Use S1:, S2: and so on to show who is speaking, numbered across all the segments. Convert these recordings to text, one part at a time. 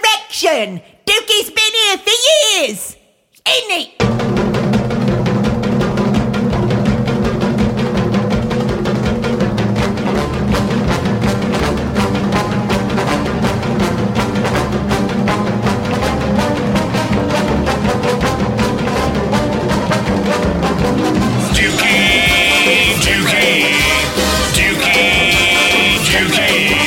S1: Listen, Dookie's been here for years, ain't he?
S2: Dookie, Dookie, Dookie, Dookie.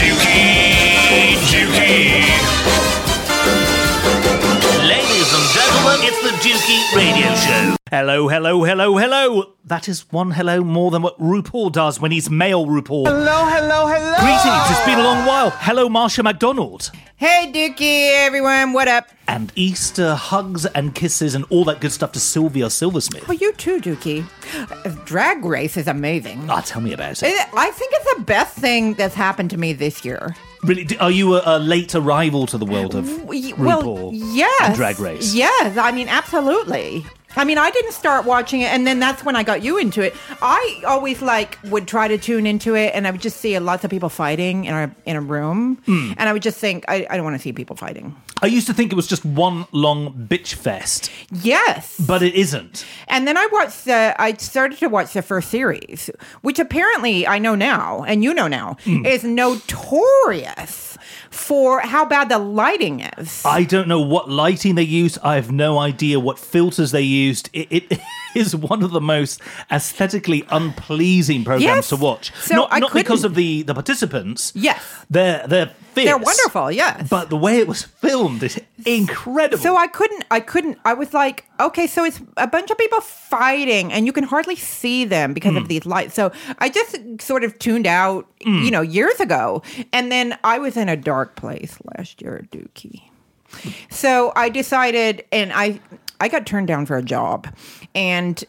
S2: Dookie, Dookie.
S3: Ladies and gentlemen, it's the Dookie Radio Show. Hello, hello, hello, hello. That is one hello more than what RuPaul does when he's male RuPaul.
S4: Hello, hello, hello.
S3: Greetings, it's been a long while. Hello, Marsha MacDonald.
S4: Hey, Dookie, everyone, what up?
S3: And Easter hugs and kisses and all that good stuff to Sylvia Silversmith.
S4: Well, you too, Dookie. Uh, Drag Race is amazing.
S3: Ah, tell me about it.
S4: It- I think it's the best thing that's happened to me this year.
S3: Really, d- are you a, a late arrival to the world of
S4: Y-
S3: RuPaul?
S4: Well, yes.
S3: and Drag Race.
S4: Yes, I mean, absolutely. I mean, I didn't start watching it, and then that's when I got you into it. I always like would try to tune into it, and I would just see lots of people fighting in a in a room,
S3: Hmm.
S4: and I would just think, I, I don't want to see people fighting.
S3: I used to think it was just one long bitch fest,
S4: Yes,
S3: but it isn't.
S4: And then I watched the, I started to watch the first series, which apparently I know now, and you know now,
S3: Hmm.
S4: is notorious for how bad the lighting is.
S3: I don't know what lighting they used. I have no idea what filters they used. It, it is one of the most aesthetically unpleasing programs
S4: Yes.
S3: to watch.
S4: So
S3: not
S4: I
S3: not because
S4: couldn't-
S3: of the, the participants.
S4: Yes.
S3: They're they're fierce.
S4: They're wonderful, yes.
S3: But the way it was filmed is incredible.
S4: so I couldn't, I couldn't, I was like, okay, so it's a bunch of people fighting, and you can hardly see them because of these lights. So I just sort of tuned out, you know, years ago. And then I was in a dark place last year at Dookie. So I decided, and I I got turned down for a job, and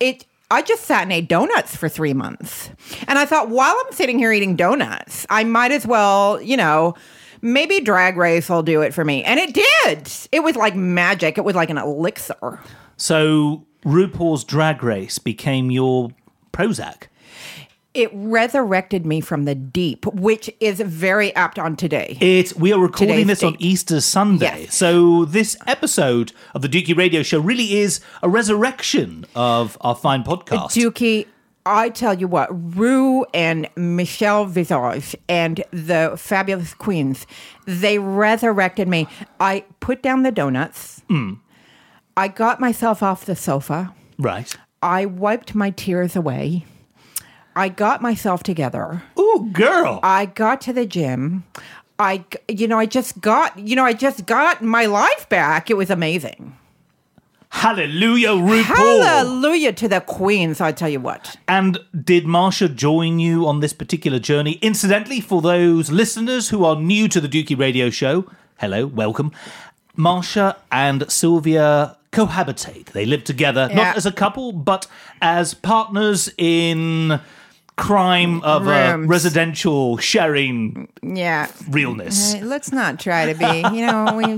S4: it. I just sat and ate donuts for three months. And I thought, while I'm sitting here eating donuts, I might as well, you know, maybe Drag Race will do it for me. And it did. It was like magic, it was like an elixir.
S3: So RuPaul's Drag Race became your Prozac.
S4: It resurrected me from the deep, which is very apt on today.
S3: It we are recording
S4: Today's
S3: this on
S4: date.
S3: Easter Sunday.
S4: Yes.
S3: So this episode of the Dookie Radio Show really is a resurrection of our fine podcast.
S4: Dookie, I tell you what, Rue and Michelle Visage and the fabulous queens, they resurrected me. I put down the donuts. I got myself off the sofa.
S3: right.
S4: I wiped my tears away. I got myself together.
S3: Ooh, girl.
S4: I got to the gym. I, g- you know, I just got, you know, I just got my life back. It was amazing.
S3: Hallelujah, RuPaul.
S4: Hallelujah to the queens. I tell you what.
S3: And did Marsha join you on this particular journey? Incidentally, for those listeners who are new to the Dookie Radio Show, hello, welcome. Marsha and Sylvia cohabitate. They live together,
S4: Yeah.
S3: not as a couple, but as partners in crime of a
S4: Rooms.
S3: residential sharing
S4: Yeah.
S3: realness.
S4: Uh, Let's not try to be. You know, we,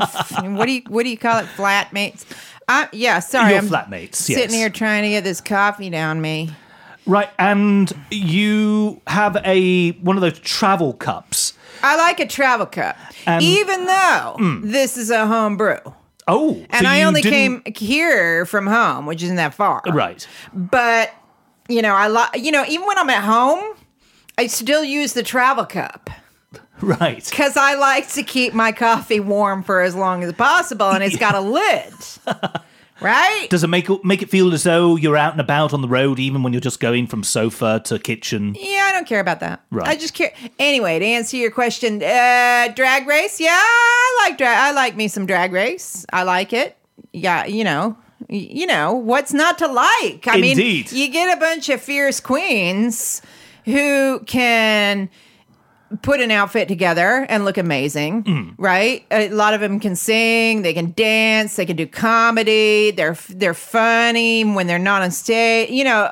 S4: what do you what do you call it? Flatmates. Uh, yeah, sorry.
S3: Your
S4: I'm
S3: flatmates,
S4: Sitting
S3: yes.
S4: here trying to get this coffee down me.
S3: Right, and you have a one of those travel cups.
S4: I like a travel cup,
S3: Um,
S4: even though this is a home brew,
S3: Oh, so
S4: and I
S3: you
S4: only
S3: didn't-
S4: came here from home, which isn't that far.
S3: right.
S4: But you know, I like you know, even when I'm at home, I still use the travel cup.
S3: Right.
S4: Because I like to keep my coffee warm for as long as possible, and it's got a lid, right?
S3: Does it make make it feel as though you're out and about on the road, even when you're just going from sofa to kitchen?
S4: Yeah, I don't care about that.
S3: Right.
S4: I just care. Anyway, to answer your question, uh, drag race. Yeah, I like drag. I like me some drag race. I like it. Yeah, you know, y- you know what's not to like. I
S3: Indeed.
S4: mean, you get a bunch of fierce queens who can put an outfit together and look amazing,
S3: Mm.
S4: right? A lot of them can sing, they can dance, they can do comedy. They're they're funny when they're not on stage. You know,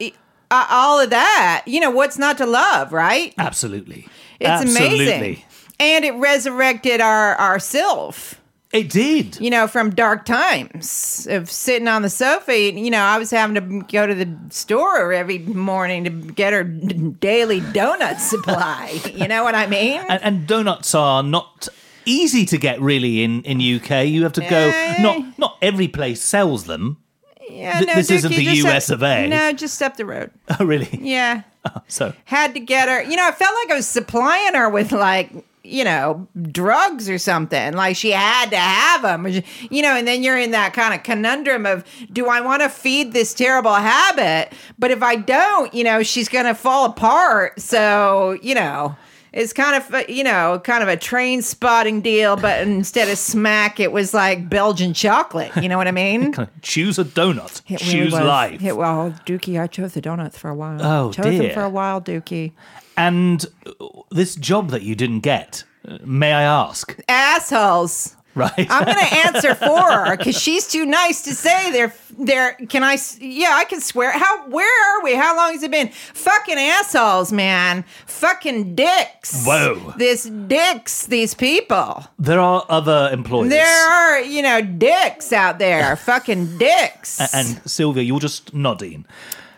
S4: e- uh, all of that. You know what's not to love, right?
S3: Absolutely,
S4: It's
S3: Absolutely.
S4: amazing, and it resurrected our our self.
S3: It did.
S4: you know, from dark times of sitting on the sofa. You know, I was having to go to the store every morning to get her daily donut supply. You know what I mean?
S3: and, and donuts are not easy to get really in in UK. You have to
S4: Eh.
S3: go not not every place sells them.
S4: yeah,
S3: th- this isn't the
S4: just
S3: US of A.
S4: No, just up the road.
S3: Oh, really?
S4: Yeah.
S3: So
S4: Had to get her. You know, I felt like I was supplying her with like, you know, drugs or something. Like she had to have them. You know, and then you're in that kind of conundrum of do I want to feed this terrible habit? But if I don't, you know, she's going to fall apart. So, you know, it's kind of, you know, kind of a train spotting deal. But instead of smack, it was like Belgian chocolate. You know what I mean?
S3: choose a donut.
S4: It really
S3: choose
S4: was.
S3: life.
S4: It, well, Dookie, I chose the donuts for a while.
S3: Oh,
S4: chose them
S3: dear.
S4: for a while, Dookie.
S3: and uh, this job that you didn't get, uh, may I ask?
S4: Assholes.
S3: Right.
S4: I'm going to answer for her because she's too nice to say they're they're. Can I? s- Yeah, I can swear. How? Where are we? How long has it been? Fucking assholes, man. Fucking dicks.
S3: Whoa.
S4: This dicks. These people.
S3: there are other employers.
S4: There are you know dicks out there. fucking dicks.
S3: A- And Sylvia, you're just nodding.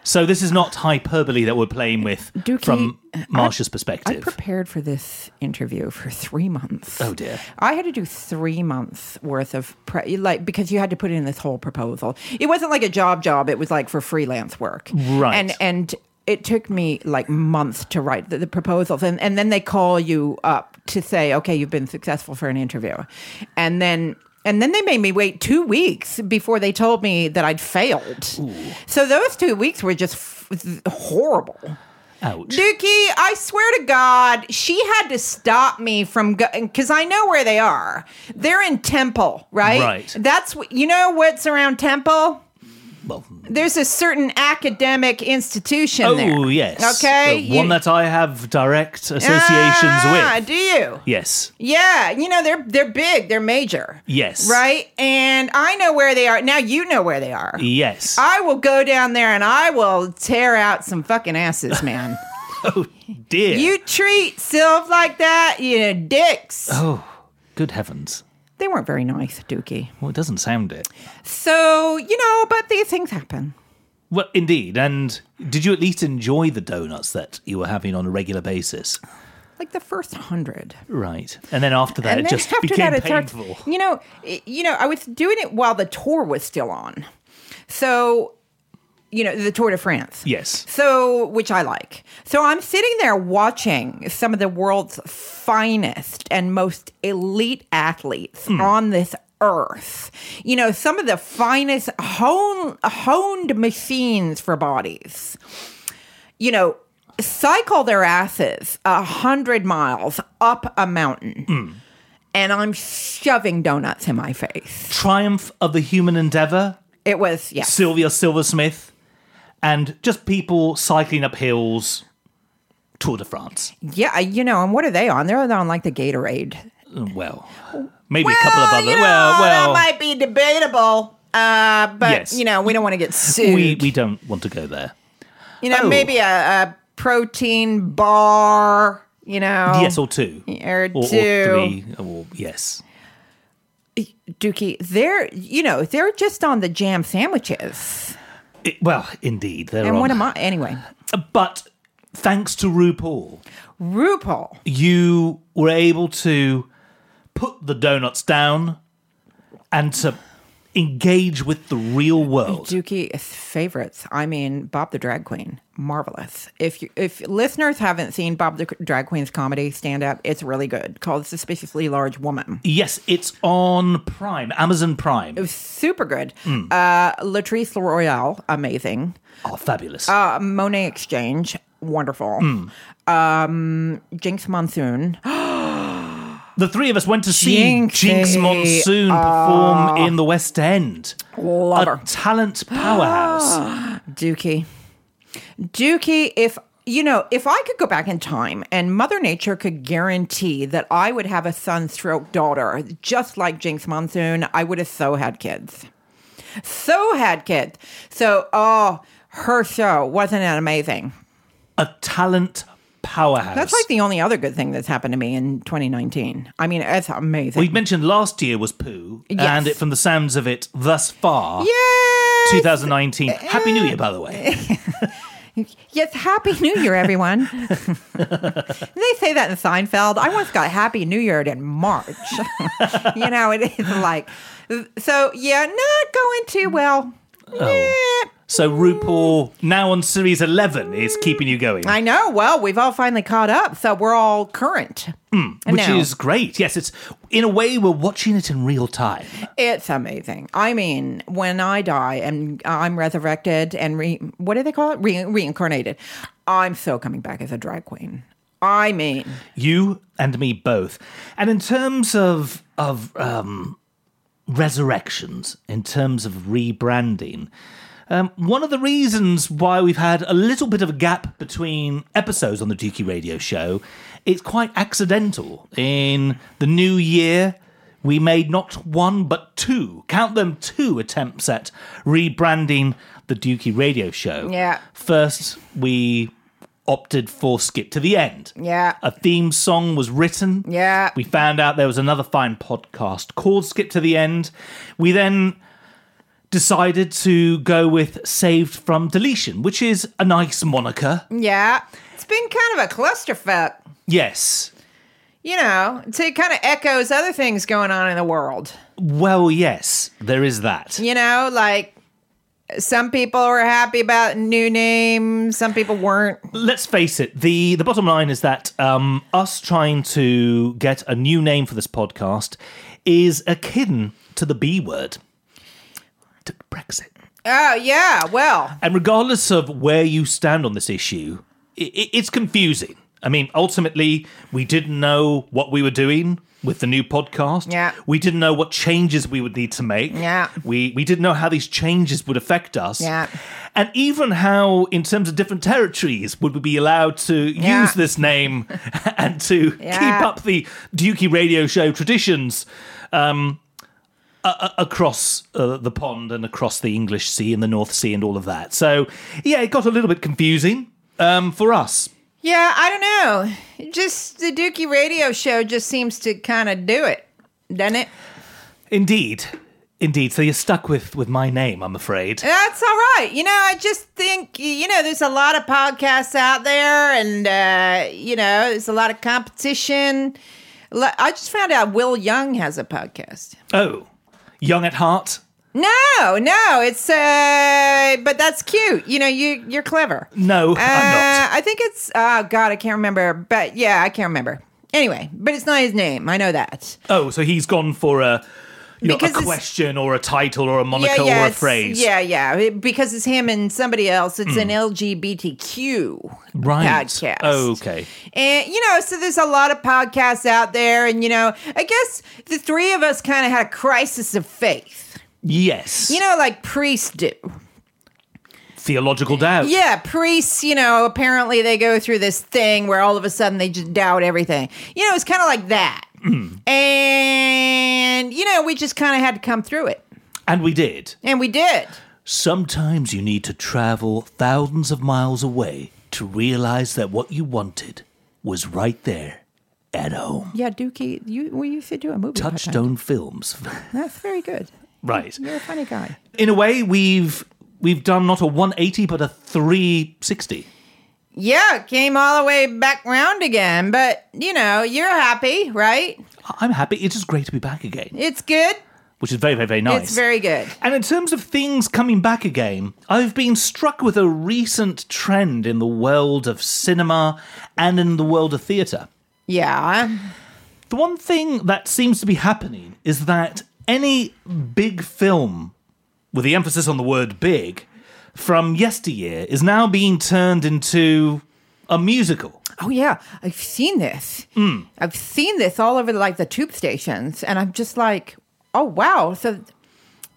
S3: So this is not hyperbole that we're playing with
S4: Dookie,
S3: from Marsha's
S4: I
S3: perspective.
S4: prepared for this interview for three months.
S3: Oh, dear.
S4: I had to do three months worth of pre- like because you had to put in this whole proposal. It wasn't like a job job. It was like for freelance work.
S3: Right.
S4: And and it took me like months to write the, the proposals, and and then they call you up to say, okay, you've been successful for an interview, and then. And then they made me wait two weeks before they told me that I'd failed. So those two weeks were just f- horrible.
S3: Ouch.
S4: Dookie, I swear to God, she had to stop me from going because I know where they are. They're in Temple, right?
S3: Right.
S4: That's wh- you know what's around Temple.
S3: Well,
S4: There's a certain academic institution
S3: oh
S4: there.
S3: yes.
S4: Okay.
S3: The one
S4: You-
S3: that I have direct associations
S4: Ah,
S3: with.
S4: Do you?
S3: Yes.
S4: Yeah, you know they're they're big, they're major.
S3: Yes.
S4: Right, and I know where they are now. You know where they are.
S3: Yes.
S4: I will go down there and I will tear out some fucking asses, man.
S3: Oh, Dear.
S4: You treat Sylv like that, you know, dicks.
S3: Oh, good heavens.
S4: They weren't very nice, Dookie.
S3: Well, it doesn't sound it.
S4: So, you know, but these things happen.
S3: Well, indeed. And did you at least enjoy the donuts that you were having on a regular basis?
S4: Like the first hundred.
S3: Right. And then after that, it just became painful.
S4: you know, i- you know, I was doing it while the tour was still on. So, you know, the Tour de France.
S3: Yes.
S4: So, which I like. So I'm sitting there watching some of the world's finest and most elite athletes on this earth. You know, some of the finest hone, honed machines for bodies. You know, cycle their asses a hundred miles up a mountain. And I'm shoving donuts in my face.
S3: Triumph of the human endeavor,
S4: It was, yeah.
S3: Sylvia Silversmith, and just people cycling up hills, Tour de France.
S4: Yeah, you know, and what are they on? They're on like the Gatorade.
S3: Well, maybe a couple of other.
S4: Oh, you know,
S3: well,
S4: that
S3: well.
S4: might be debatable. Uh, but
S3: Yes.
S4: you know, we don't want to get sued.
S3: we, we don't want to go there.
S4: you know,
S3: oh.
S4: maybe a, a protein bar. You know,
S3: Yes, or two.
S4: Or
S3: or
S4: two.
S3: three. Or, yes.
S4: Dookie, they're you know they're just on the jam sandwiches.
S3: It- well, indeed. They're
S4: And
S3: on.
S4: what am I anyway?
S3: But thanks to RuPaul,
S4: RuPaul.
S3: you were able to put the donuts down and to engage with the real world.
S4: Dookie is favorites. I mean, Bob the Drag Queen, marvelous. If you, if listeners haven't seen Bob the Drag Queen's comedy stand up, it's really good. Called Suspiciously Large Woman.
S3: Yes, it's on Prime, Amazon Prime.
S4: super good. Uh, Latrice Royale, amazing.
S3: Oh, fabulous.
S4: Uh, Monet Exchange, wonderful. Um, Jinx Monsoon.
S3: the three of us went to see
S4: Jinxie, Ah.
S3: Jinx, Monsoon perform in the West End.
S4: Love her.
S3: A talent powerhouse.
S4: Dookie. Dookie, if you know, if I could go back in time and Mother Nature could guarantee that I would have a sunstroke daughter just like Jinx Monsoon, I would have so had kids. So had kids. So, oh, her show wasn't it amazing?
S3: a talent powerhouse.
S4: That's like the only other good thing that's happened to me in 2019. I mean, it's amazing.
S3: we mentioned last year was poo,
S4: Yes.
S3: and it, from the sounds of it, thus far,
S4: Yes!
S3: 2019. Happy New Year, by the way.
S4: Yes, Happy New Year, everyone. they say that in Seinfeld. I once got Happy New Year in March. you know, it is like, so yeah, not going
S3: Mm.
S4: too well. Eh,
S3: So RuPaul, now on series 11, is keeping you going.
S4: I know. Well, we've all finally caught up, so we're all current.
S3: Mm. which
S4: now.
S3: is great. Yes, it's in a way we're watching it in real time.
S4: It's amazing. I mean, when I die and I'm resurrected and re- what do they call it? Re- reincarnated. I'm so coming back as a drag queen. I mean,
S3: You and me both. And in terms of of um, resurrections, in terms of rebranding, um, one of the reasons why we've had a little bit of a gap between episodes on the Dookie Radio Show, it's quite accidental. In the new year, we made not one but two, count them two attempts at rebranding the Dookie Radio Show.
S4: Yeah.
S3: First, we opted for skip to the end.
S4: Yeah.
S3: A theme song was written.
S4: Yeah.
S3: We found out there was another fine podcast called Skip to the End. We then decided to go with Saved from Deletion, which is a nice moniker.
S4: yeah, it's been kind of a clusterfuck.
S3: Yes.
S4: you know, to kind of echoes other things going on in the world.
S3: Well, yes, there is that.
S4: You know, like some people were happy about new names, some people weren't.
S3: let's face it the the bottom line is that um, us trying to get a new name for this podcast is akin to the b word to brexit
S4: Oh yeah, well,
S3: and regardless of where you stand on this issue i i it's confusing i mean ultimately we didn't know what we were doing with the new podcast
S4: Yeah.
S3: we didn't know what changes we would need to make
S4: Yeah.
S3: we we didn't know how these changes would affect us
S4: Yeah.
S3: and even how, in terms of different territories, would we be allowed to
S4: Yeah.
S3: use this name and to
S4: Yeah.
S3: keep up the Dukey radio show traditions um, a- a- across uh, the pond and across the English Sea and the North Sea and all of that? So, yeah, it got a little bit confusing um, for us.
S4: yeah, I don't know. Just the Dookie radio show just seems to kind of do it, doesn't it?
S3: Indeed. Indeed. So you're stuck with, with my name, I'm afraid.
S4: That's all right. You know, I just think you know there's a lot of podcasts out there, and uh, you know there's a lot of competition. Li- I just found out Will Young has a podcast.
S3: Oh, young at heart?
S4: No, no, it's uh, but that's cute. You know, you you're clever.
S3: No, I'm not.
S4: Uh, I think it's oh god, I can't remember, but yeah, I can't remember. Anyway, but it's not his name. I know that.
S3: Oh, so he's gone for a you know,
S4: Because
S3: a
S4: it's-
S3: question or a title or a
S4: Yeah,
S3: moniker
S4: yeah,
S3: or a
S4: it's-
S3: phrase.
S4: yeah, yeah. it- because it's him and somebody else. It's an LGBTQ
S3: Right.
S4: podcast.
S3: Okay.
S4: And you know, so there's a lot of podcasts out there, and you know, I guess the three of us kind of had a crisis of faith.
S3: Yes.
S4: You know, like priests do.
S3: theological doubt.
S4: Yeah, priests, you know, apparently they go through this thing where all of a sudden they just doubt everything. You know, it's kind of like that. And, you know, we just kind of had to come through it.
S3: And we did.
S4: And we did.
S3: Sometimes you need to travel thousands of miles away to realize that what you wanted was right there at home.
S4: Yeah, Dookie, you, well, you should do a movie. about that.
S3: Touchstone Films.
S4: That's very good.
S3: right.
S4: You're a funny guy.
S3: In a way we've we've done not a 180 but a 360.
S4: Yeah, came all the way back round again. But, you know, you're happy, right?
S3: I- I'm happy. It is great to be back again,
S4: It's good.
S3: which is very very very nice.
S4: It's very good.
S3: And in terms of things coming back again, I've been struck with a recent trend in the world of cinema and in the world of theatre.
S4: Yeah.
S3: The one thing that seems to be happening is that any big film, with the emphasis on the word big, from yesteryear is now being turned into a musical.
S4: Oh yeah, I've seen this.
S3: Hmm.
S4: I've seen this all over like the tube stations, and I'm just like, oh wow. So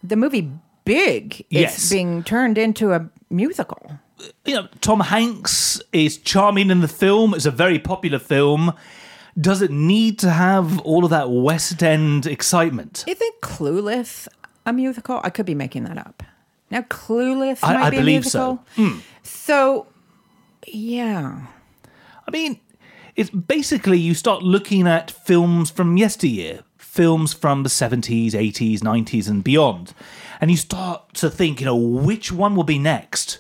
S4: the movie Big is
S3: Yes.
S4: being turned into a musical.
S3: you know, Tom Hanks is charming in the film. It's a very popular film. Does it need to have all of that West End excitement?
S4: Is it Clueless a musical? I could be making that up. Now Clueless
S3: I- Hmm.
S4: might
S3: I
S4: be a
S3: believe
S4: musical. So yeah,
S3: I mean, it's basically you start looking at films from yesteryear, films from the 70s, 80s, 90s, and beyond. And you start to think, you know, which one will be next?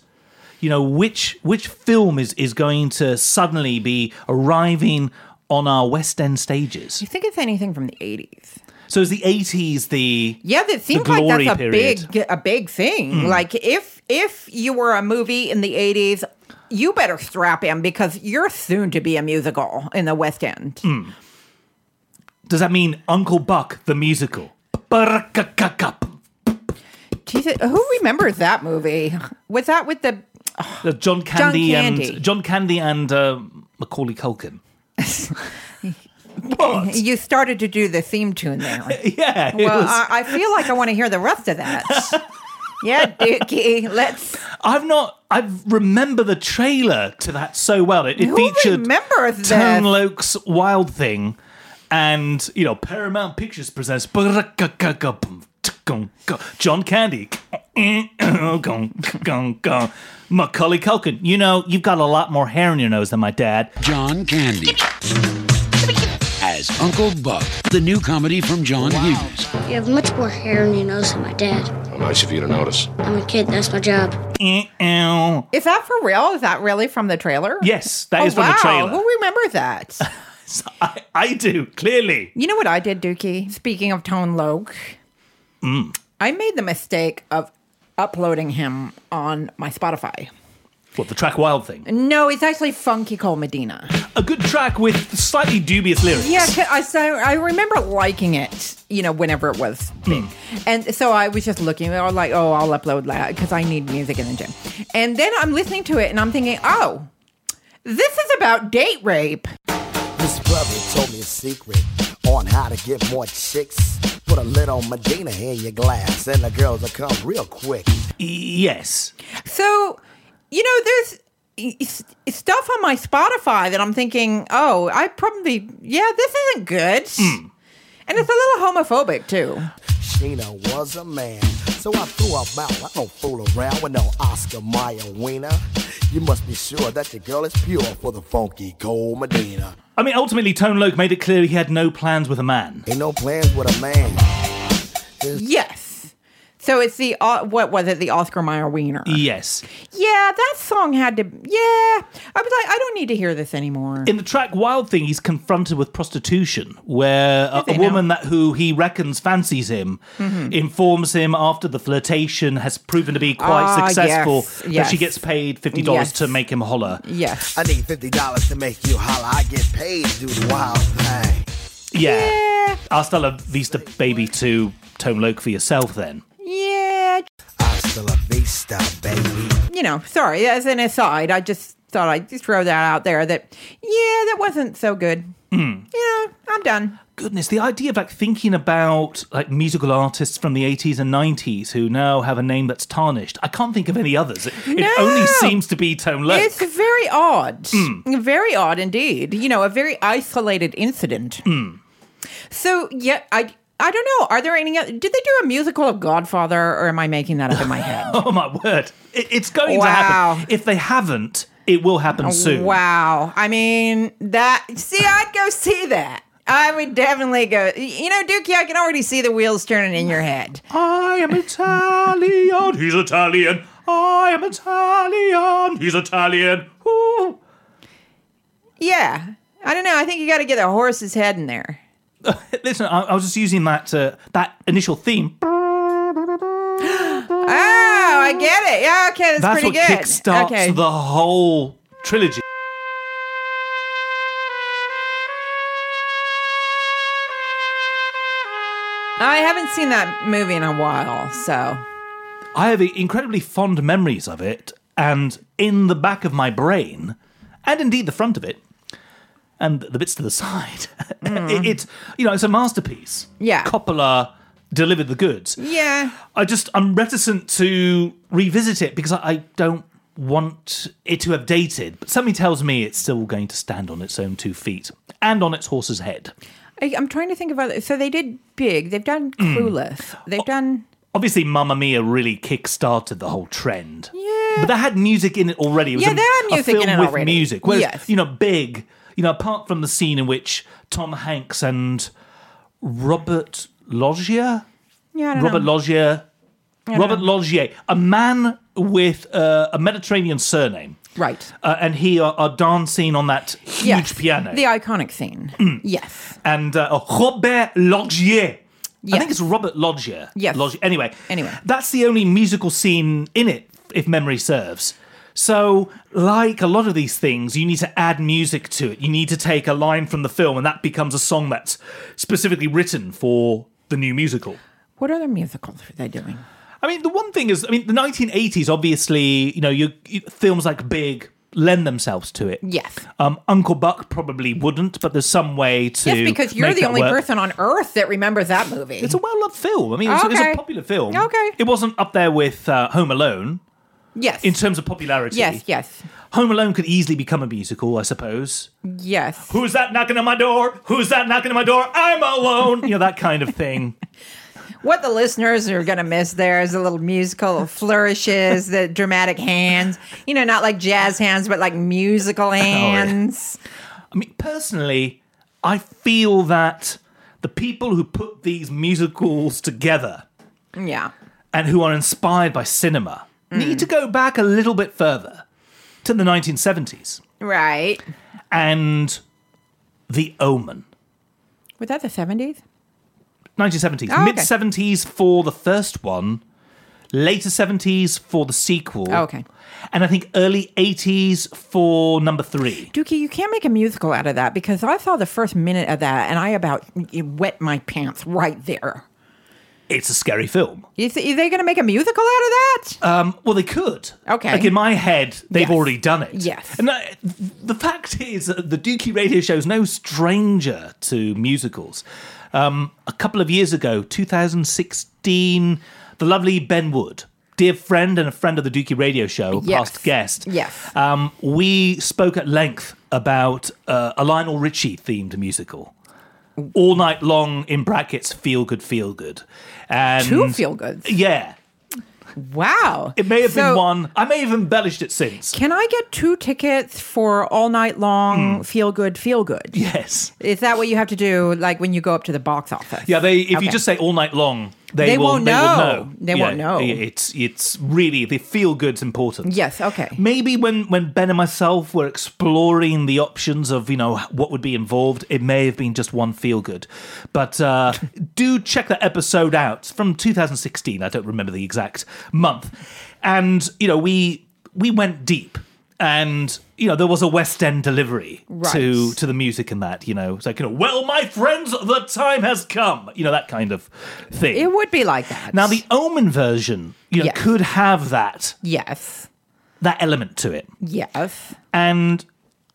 S3: You know, which which film is, is going to suddenly be arriving on our West End stages?
S4: Do you think it's anything from the 80s?
S3: So is the 80s the
S4: Yeah, that seems like
S3: glory
S4: that's a
S3: period. Mm.
S4: big a big thing. Like if if you were a movie in the 80s, you better strap in because you're soon to be a musical in the West End.
S3: Mm. Does that mean Uncle Buck the musical?
S4: Jesus, who remembers that movie? Was that with the
S3: The John Candy,
S4: Candy.
S3: and John Candy and uh, Macaulay Culkin. what?
S4: you started to do the theme tune there?
S3: Yeah, it
S4: Well,
S3: was-
S4: I, I feel like I want to hear the rest of that. yeah, Dookie, let's.
S3: I've not. I remember the trailer to that so well. It, it
S4: Who
S3: featured
S4: remembers this?
S3: Tone Loke's Wild Thing, and you know Paramount Pictures presents John Candy, Macaulay Culkin. You know you've got a lot more hair in your nose than my dad.
S5: John Candy as Uncle Buck, the new comedy from John Hughes.
S6: You have much more hair on your nose than my dad.
S7: How nice of you to notice.
S6: I'm a kid, that's my job.
S4: Is that for real? Is that really from the trailer?
S3: Yes, that
S4: Oh,
S3: is from the
S4: wow.
S3: trailer.
S4: Who remembers that?
S3: I, I do clearly.
S4: you know what I did, Dookie? Speaking of Tone Loke, I made the mistake of uploading him on my Spotify.
S3: What the track Wild Thing?
S4: No, it's actually Funky Cole Medina.
S3: A good track with slightly dubious lyrics.
S4: Yeah, 'cause I so I remember liking it, you know, whenever it was big, and so I was just looking. I was like, oh, I'll upload that because I need music in the gym. And then I'm listening to it, and I'm thinking, oh, this is about date rape.
S8: This brother told me a secret on how to get more chicks. Put a little Medina in your glass, and the girls will come real quick.
S3: Yes.
S4: So, you know, there's it's- it's stuff on my Spotify that I'm thinking, oh, I probably, yeah, this isn't good, and it's a little homophobic too.
S8: Sheena was a man, so I threw her out. I don't fool around with no Oscar Mayer wiener. You must be sure that your girl is pure for the funky cold Medina.
S3: I mean, ultimately, Tone Loke made it clear he had no plans with a man.
S8: Ain't no plans with a man.
S4: Yes. So it's the uh, what was it the Oscar Mayer Wiener?
S3: Yes.
S4: Yeah, that song had to. Yeah, I was like, I don't need to hear this anymore.
S3: In the track Wild Thing, he's confronted with prostitution, where a,
S4: they
S3: a woman that who he reckons fancies him
S4: Mm-hmm.
S3: informs him after the flirtation has proven to be quite
S4: Ah,
S3: successful
S4: yes,
S3: that
S4: yes.
S3: she gets paid $50 to
S4: Yes.
S3: make him holler.
S4: yes.
S8: I need $50 to make you holler. I get paid to do the wild thing.
S3: Yeah.
S4: Yeah,
S3: Hasta la vista, baby, to Tone Loke for yourself then.
S4: yeah.
S8: Hasta la vista, baby.
S4: You know, sorry. As an aside, I just thought I'd just throw that out there. That yeah, that wasn't so good. You know, I'm done.
S3: goodness, the idea of like thinking about like musical artists from the 80s and 90s who now have a name that's tarnished. I can't think of any others. It, it
S4: No!
S3: only seems to be Tone Loc.
S4: It's very odd.
S3: Mm.
S4: Very odd indeed. You know, a very isolated incident.
S3: Mm.
S4: So yeah, I. I don't know. Are there any? Did they do a musical of Godfather, or am I making that up in my head?
S3: oh my word. It, it's going to
S4: Wow. Oh,
S3: happen. If they haven't, it will happen soon.
S4: Wow. I mean, that, see, I'd go see that. I would definitely go. You know, Dookie, I can already see the wheels turning in your head.
S3: I am Italian. He's Italian. I am Italian. He's Italian. Ooh.
S4: Yeah. I don't know. I think you got to get the horse's head in there.
S3: Listen, I, I was just using that uh, that initial theme.
S4: Oh, I get it. Yeah, okay, that's,
S3: That's what
S4: pretty good.
S3: kickstarts
S4: okay.
S3: the whole trilogy.
S4: I haven't seen that movie in a while, so.
S3: I have incredibly fond memories of it, and in the back of my brain, and indeed the front of it, and the bits to the side, it- it's you know it's a masterpiece.
S4: Yeah.
S3: Coppola delivered the goods.
S4: Yeah.
S3: I just I'm reticent to revisit it because I, I don't want it to have dated. But something tells me it's still going to stand on its own two feet and on its horse's head.
S4: I, I'm trying to think of other. So they did Big. They've done
S3: Hmm.
S4: Clueless. They've done.
S3: Obviously, Mamma Mia really kick-started the whole trend.
S4: Yeah.
S3: But that had music in it already. It was
S4: Yeah,
S3: a,
S4: there are
S3: a
S4: music in
S3: film
S4: it
S3: with
S4: already.
S3: music. Whereas,
S4: Yes.
S3: you know, Big, you know, apart from the scene in which Tom Hanks and Robert Loggia,
S4: Yeah, I don't
S3: Robert
S4: know.
S3: Loggia, Robert Loggier, a man with uh, a Mediterranean surname.
S4: right.
S3: Uh, and he are, are dancing on that huge
S4: Yes.
S3: piano. Hmm.
S4: The iconic scene. Yes.
S3: and uh, oh, Robert Loggier. I
S4: Yes.
S3: think it's Robert Loggier.
S4: Yes.
S3: Loggier. Anyway.
S4: Anyway.
S3: That's the only musical scene in it, if memory serves. So, like a lot of these things, you need to add music to it. You need to take a line from the film, and that becomes a song that's specifically written for the new musical.
S4: What other musicals are they doing?
S3: I mean, the one thing is, I mean, the 1980s, obviously, you know, you, you- films like Big lend themselves to it.
S4: Yes.
S3: Um, Uncle Buck probably wouldn't, but there's some way to.
S4: Yes, because you're
S3: make
S4: the
S3: that
S4: only
S3: work.
S4: person on earth that remembers that movie.
S3: It's a well loved film. I mean, it's, it's
S4: Okay.
S3: a popular film.
S4: Okay.
S3: It wasn't up there with uh, Home Alone
S4: yes.
S3: in terms of popularity.
S4: yes, yes,
S3: Home Alone could easily become a musical, I suppose.
S4: yes.
S3: Who's that knocking on my door? Who's that knocking on my door? I'm alone. you know, that kind of thing.
S4: What the listeners are going to miss there is a little musical of flourishes, the dramatic hands. You know, not like jazz hands, but like
S3: Oh,
S4: musical hands.
S3: I mean, personally, I feel that the people who put these musicals together
S4: Yeah.
S3: and who are inspired by cinema
S4: Mm.
S3: need to go back a little bit further to the 1970s
S4: Right.
S3: and The Omen.
S4: Was that the 70s?
S3: 1970s.
S4: Oh, okay.
S3: Mid 70s for the first one, later 70s for the sequel.
S4: Oh, okay.
S3: And I think early 80s for number three.
S4: Dookie, you can't make a musical out of that because I saw the first minute of that and I about wet my pants right there.
S3: It's a scary film.
S4: Is, are they going to make a musical out of that?
S3: Um, well, they could.
S4: Okay.
S3: Like in my head, they've
S4: Yes.
S3: already done it.
S4: Yes.
S3: And I, the fact is, that the Dookie Radio Show is no stranger to musicals. Um, a couple of years ago, 2016, the lovely Ben Wood, dear friend and a friend of the Dookie Radio Show,
S4: Yes.
S3: past guest.
S4: Yes.
S3: Um, we spoke at length about uh, a Lionel Richie themed musical. All night long, in brackets, feel good, feel good, and
S4: Two feel goods.
S3: Yeah,
S4: Wow.
S3: it may have
S4: So,
S3: been one. I may have embellished it since.
S4: Can I get two tickets for all night
S3: Hmm.
S4: long feel good, feel good?
S3: Yes.
S4: Is that what you have to do like when you go up to the box office?
S3: Yeah, they. If
S4: Okay.
S3: you just say all night long, they,
S4: They
S3: will,
S4: won't
S3: they will
S4: know.
S3: know.
S4: They won't know.
S3: It's it's really the feel good's important.
S4: Yes, okay.
S3: Maybe when when Ben and myself were exploring the options of you know what would be involved, it may have been just one feel good. But uh, do check that episode out It's from 2016. I don't remember the exact month, and you know we we went deep. And you know there was a West End delivery to
S4: Right.
S3: to the music and that you know it's like you know well my friends the time has come you know that kind of thing.
S4: It would be like that.
S3: now the Omen version you know
S4: Yes.
S3: could have that
S4: Yes.
S3: that element to it.
S4: Yes.
S3: And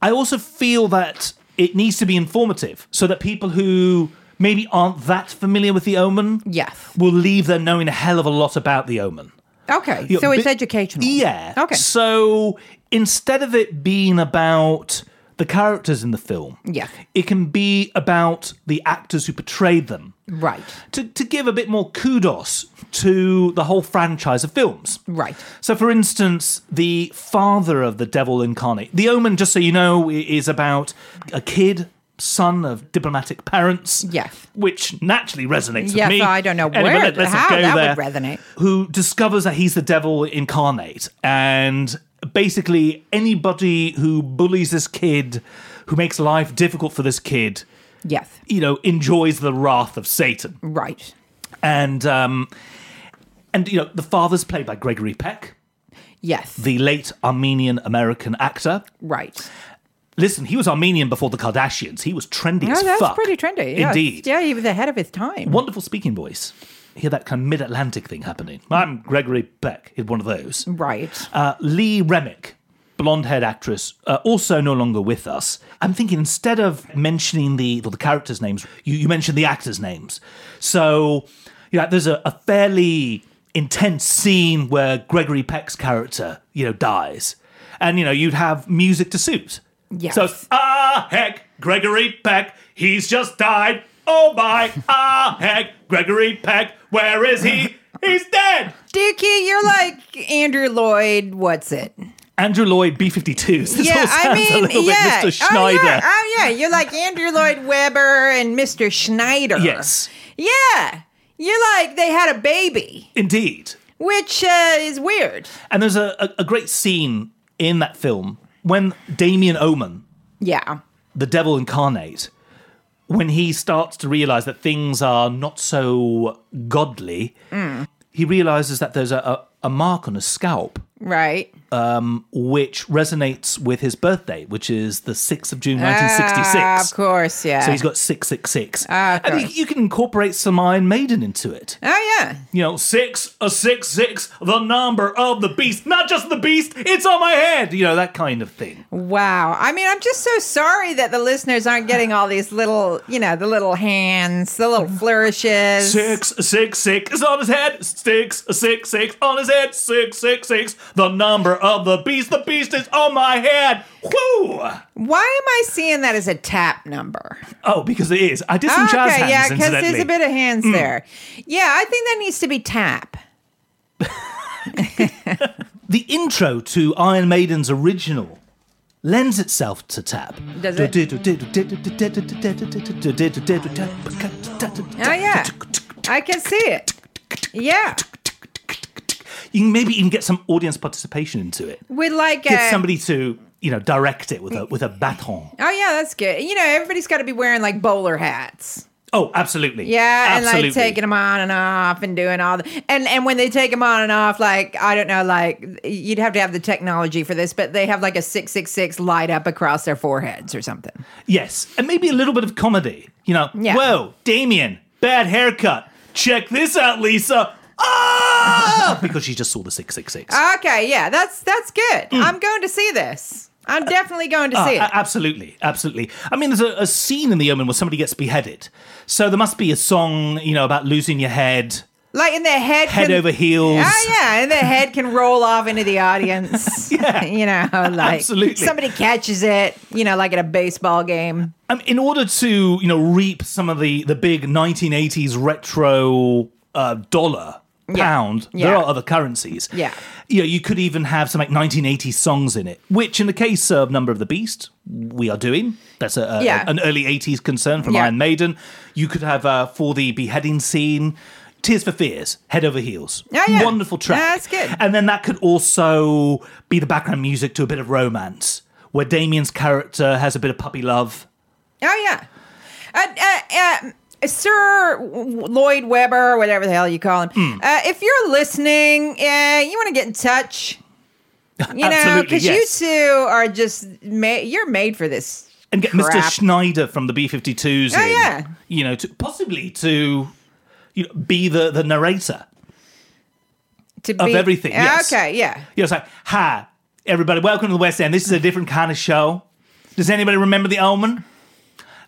S3: I also feel that it needs to be informative so that people who maybe aren't that familiar with the omen
S4: Yes.
S3: will leave there knowing a hell of a lot about the omen.
S4: Okay.
S3: Yeah,
S4: so it's
S3: bi-
S4: educational.
S3: Yeah.
S4: Okay.
S3: So instead of it being about the characters in the film,
S4: Yeah.
S3: it can be about the actors who portrayed them.
S4: Right.
S3: To, to give a bit more kudos to the whole franchise of films.
S4: Right.
S3: So, for instance, the father of the devil incarnate, The Omen, just so you know, i- is about a kid, son of diplomatic parents.
S4: Yes.
S3: Which naturally resonates
S4: Yes,
S3: with me.
S4: I don't know
S3: Anyway,
S4: where-
S3: let- let's not
S4: how
S3: go
S4: that
S3: there.
S4: would resonate.
S3: Who discovers that he's the devil incarnate. And basically, anybody who bullies this kid, who makes life difficult for this kid,
S4: Yes.
S3: you know, enjoys the wrath of Satan
S4: Right.
S3: and um, and you know the father's played by Gregory Peck,
S4: Yes.
S3: the late Armenian American actor.
S4: right.
S3: Listen, he was Armenian before the Kardashians. He was trendy
S4: No,
S3: as
S4: that's
S3: fuck.
S4: pretty trendy. Yes.
S3: Indeed,
S4: Yeah, he was ahead of his time.
S3: wonderful speaking voice. Hear that kind of mid-Atlantic thing happening. I'm Gregory Peck. He's one of those.
S4: Right.
S3: Uh, Lee Remick, blonde-haired actress, uh, also no longer with us. I'm thinking instead of mentioning the well, the characters' names, you, you mention the actors' names. So, you know, there's a, a fairly intense scene where Gregory Peck's character, you know, dies, and you know you'd have music to suit.
S4: Yes.
S3: So ah heck, Gregory Peck, he's just died. Oh my, ah heck, Gregory Peck, where is he? He's dead.
S4: Dookie, you're like Andrew Lloyd. What's it?
S3: Andrew Lloyd B 52s. This all sounds a little bit Mr. Schneider.
S4: Oh yeah, oh yeah, you're like Andrew Lloyd Webber and Mr. Schneider.
S3: Yes,
S4: Yeah, you're like they had a baby,
S3: indeed.
S4: which uh, is weird.
S3: And there's a, a, a great scene in that film when Damien Omen,
S4: Yeah.
S3: the devil incarnate, when he starts to realize that things are not so godly,
S4: Mm.
S3: he realizes that there's a, a, a mark on his scalp
S4: Right.
S3: which resonates with his birthday, which is the 6th of June 1966.
S4: Ah, of course, yeah.
S3: So he's got 666.
S4: Ah, of
S3: and you,
S4: course.
S3: you can incorporate some Iron Maiden into it.
S4: oh yeah.
S3: You know, 6, a 6, 6, the number of the beast. Not just the beast, it's on my head. You know, that kind of thing.
S4: Wow. I mean, I'm just so sorry that the listeners aren't getting all these little, you know, the little hands, the little flourishes.
S3: Six, six, six is on his head. Six, six, six on his head. Six, six, six. The number of the beast. The beast is on my head. Whoo!
S4: Why am I seeing that as a tap number?
S3: Oh, because it is. I did some jazz
S4: okay,
S3: hands,
S4: yeah, because
S3: incidentally. Hmm.
S4: there's a bit of hands there. Yeah, I think that needs to be tap.
S3: the intro to Iron Maiden's original lends itself to tap.
S4: Does it? Oh yeah, I can see it. Yeah,
S3: You can maybe even get some audience participation into it.
S4: with like
S3: Get
S4: a,
S3: somebody to, you know, direct it with a with a baton.
S4: Oh yeah, that's good. You know, everybody's got to be wearing like bowler hats.
S3: Oh, absolutely.
S4: Yeah,
S3: absolutely.
S4: and like taking them on and off and doing all the and and when they take them on and off, like I don't know, like you'd have to have the technology for this, but they have like a six six six light up across their foreheads or something.
S3: Yes, and maybe a little bit of comedy. You know,
S4: Yeah.
S3: whoa, Damien, bad haircut. Check this out, Lisa. Ah! because she just saw the 666.
S4: Okay, yeah, that's that's good.
S3: Mm.
S4: I'm going to see this. I'm definitely going to
S3: Ah,
S4: see
S3: a-
S4: it.
S3: absolutely, absolutely. I mean, there's a, a scene in The Omen where somebody gets beheaded. So there must be a song, you know, about losing your head,
S4: like in their head,
S3: head
S4: can,
S3: over heels.
S4: Oh yeah, and the head can roll off into the audience. yeah, you know, like
S3: Absolutely.
S4: somebody catches it. You know, like at a baseball game.
S3: Um, in order to, you know, reap some of the, the big 1980s retro uh, dollar, pound, there
S4: Yeah.
S3: are other currencies.
S4: Yeah.
S3: You know, you could even have some like 1980s songs in it, which in the case of Number of the Beast, we are doing. That's a, a-
S4: Yeah.
S3: an early 80s concern from
S4: Yeah.
S3: Iron Maiden. You could have uh, for the beheading scene, Tears for Fears, Head Over Heels.
S4: Yeah, Oh, yeah.
S3: Wonderful track.
S4: Yeah, that's good.
S3: And then that could also be the background music to a bit of romance, where Damien's character has a bit of puppy love.
S4: Oh yeah, uh, uh, uh, Sir W- Lloyd Webber, whatever the hell you call him.
S3: Hmm.
S4: Uh, if you're listening, uh, you want to get in touch. You know,
S3: Absolutely,
S4: because
S3: yes.
S4: you two are just ma- you're made for this.
S3: and get Mr.
S4: Crap.
S3: Schneider from the B 52s
S4: Oh,
S3: in,
S4: yeah.
S3: you know, to possibly to you know, be the, the narrator.
S4: To
S3: Of
S4: be,
S3: everything, yes.
S4: Okay, yeah.
S3: You know, it's like, hi, everybody, welcome to the West End. This is a different kind of show. Does anybody remember the omen?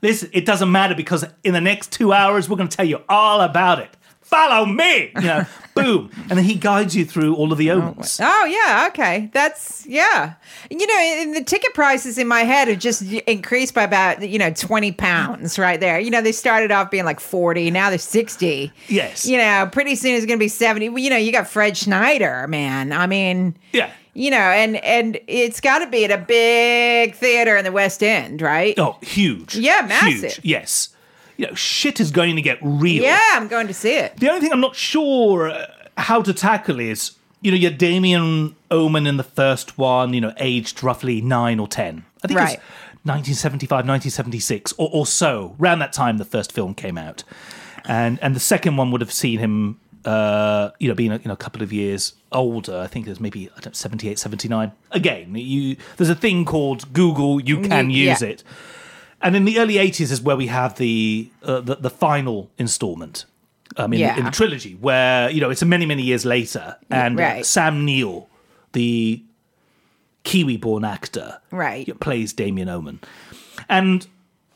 S3: Listen, it doesn't matter because in the next two hours, we're going to tell you all about it. Follow me, you know, boom, and then he guides you through all of the omens.
S4: Oh yeah, okay. That's yeah. You know, and the ticket prices in my head have just increased by about you know twenty pounds right there. You know, they started off being like forty, now they're sixty.
S3: Yes.
S4: You know, pretty soon it's going to be seventy. Well, You know, you got Fred Schneider, man. I mean,
S3: Yeah.
S4: you know, and and it's got to be at a big theater in the West End, right?
S3: Oh, huge.
S4: Yeah,
S3: Huge.
S4: massive.
S3: Yes. You know, shit is going to get real.
S4: Yeah, I'm going to see it.
S3: The only thing I'm not sure uh, how to tackle is, you know, your Damien Omen in the first one, you know, aged roughly nine or ten. I think
S4: Right.
S3: it was 1975, 1976, or, or so, around that time the first film came out. And and the second one would have seen him, uh, you know, being a, you know, a couple of years older. I think it was maybe I don't know, 78, 79. Again, you there's a thing called Google, you can
S4: yeah.
S3: use it. And in the early 80s is where we have the uh, the, the final installment um, in, the, in
S4: Yeah.
S3: the trilogy, where you know it's many many years later, and uh,
S4: right.
S3: Sam Neill, the Kiwi-born actor,
S4: Right.
S3: you know, plays Damien Omen, and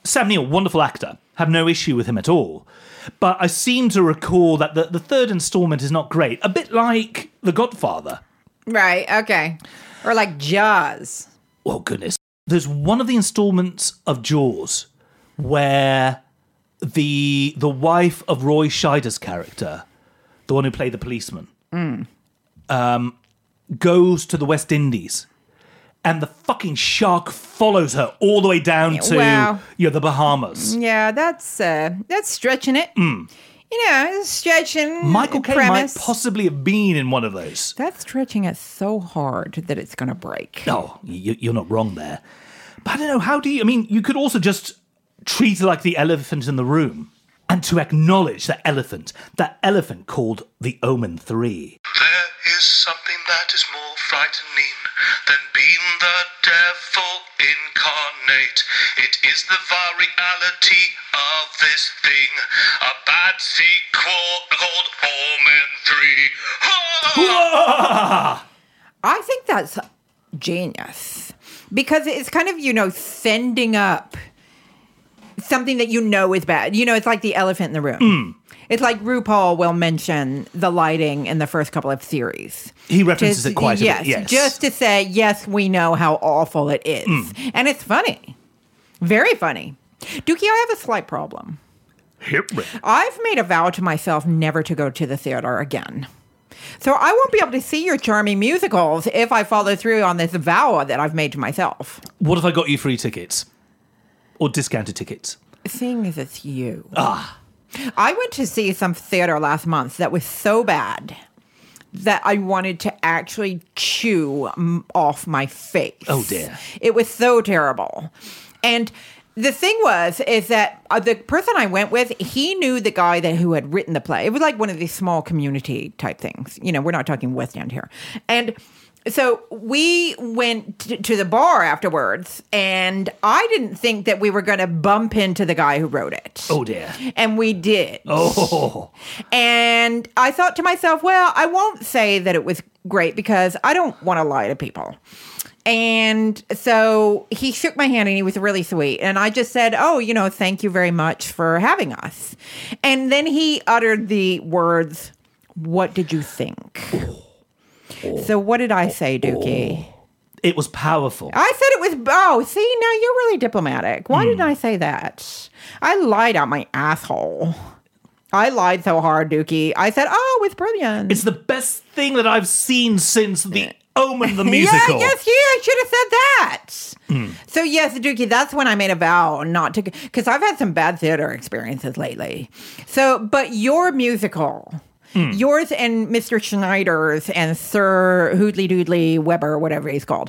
S3: Sam Neill, wonderful actor, have no issue with him at all. But I seem to recall that the, the third installment is not great, a bit like The Godfather.
S4: Right? Okay. Or like Jaws.
S3: oh goodness there's one of the installments of jaws where the the wife of roy scheider's character the one who played the policeman, um, goes to the West Indies. And the fucking shark follows her all the way down to
S4: Wow.
S3: you know, the Bahamas.
S4: Yeah, that's uh, that's stretching it. You know, it's stretching.
S3: Hmm. Michael Caine might
S4: premise.
S3: possibly have been in one of those.
S4: That's stretching it so hard that it's going to break.
S3: No, you, you're not wrong there. But I don't know, how do you? I mean, you could also just treat it like the elephant in the room and to acknowledge that elephant, that elephant called the Omen 3.
S7: There is something that is more frightening than being the devil incarnate. It is the virality of this thing. A bad sequel called Omen 3. Ah!
S4: I think that's genius because it's kind of, you know, sending up something that you know is bad. You know, it's like the elephant in the room.
S3: Mm.
S4: It's like RuPaul will mention the lighting in the first couple of series.
S3: He references it quite
S4: yes,
S3: a bit. Yes.
S4: Just to say, yes, we know how awful it is.
S3: Mm.
S4: And it's funny. Very funny. Dookie, I have a slight problem. I've made a vow to myself never to go to the theater again. So I won't be able to see your charming musicals if I follow through on this vow that I've made to myself.
S3: What if I got you free tickets? Or discounted tickets?
S4: Seeing as it's you. Ah. I went to see some theater last month that was so bad that I wanted to actually chew mm, off my face.
S3: Oh, dear.
S4: It was so terrible. And the thing was is that uh, the person I went with, he knew the guy that who had written the play. It was like one of these small community type things. You know, we're not talking West End here. And so we went t- to the bar afterwards, and I didn't think that we were going to bump into the guy who wrote it.
S3: Oh dear.
S4: And we did.
S3: Oh,
S4: And I thought to myself, well, I won't say that it was great because I don't want to lie to people. And so he shook my hand and he was really sweet. And I just said, Oh, you know, thank you very much for having us. And then he uttered the words, What did you think? So what did I say, Dookie?
S3: it was powerful.
S4: I said it was oh, see, now you're really diplomatic. Why
S3: Hmm.
S4: didn't I say that? I lied out my asshole. I lied so hard, Dookie. I said, oh, it's brilliant.
S3: It's the best thing that I've seen since the Omen the
S4: yeah,
S3: musical. Hmm.
S4: yes, yeah, I should have said that. So yes, Dookie, that's when I made a vow not to because I've had some bad theater experiences lately. So but your musical.
S3: Hmm.
S4: Yours and Mr. Schneider's and Sir Hoodley Doodley Weber, whatever he's called.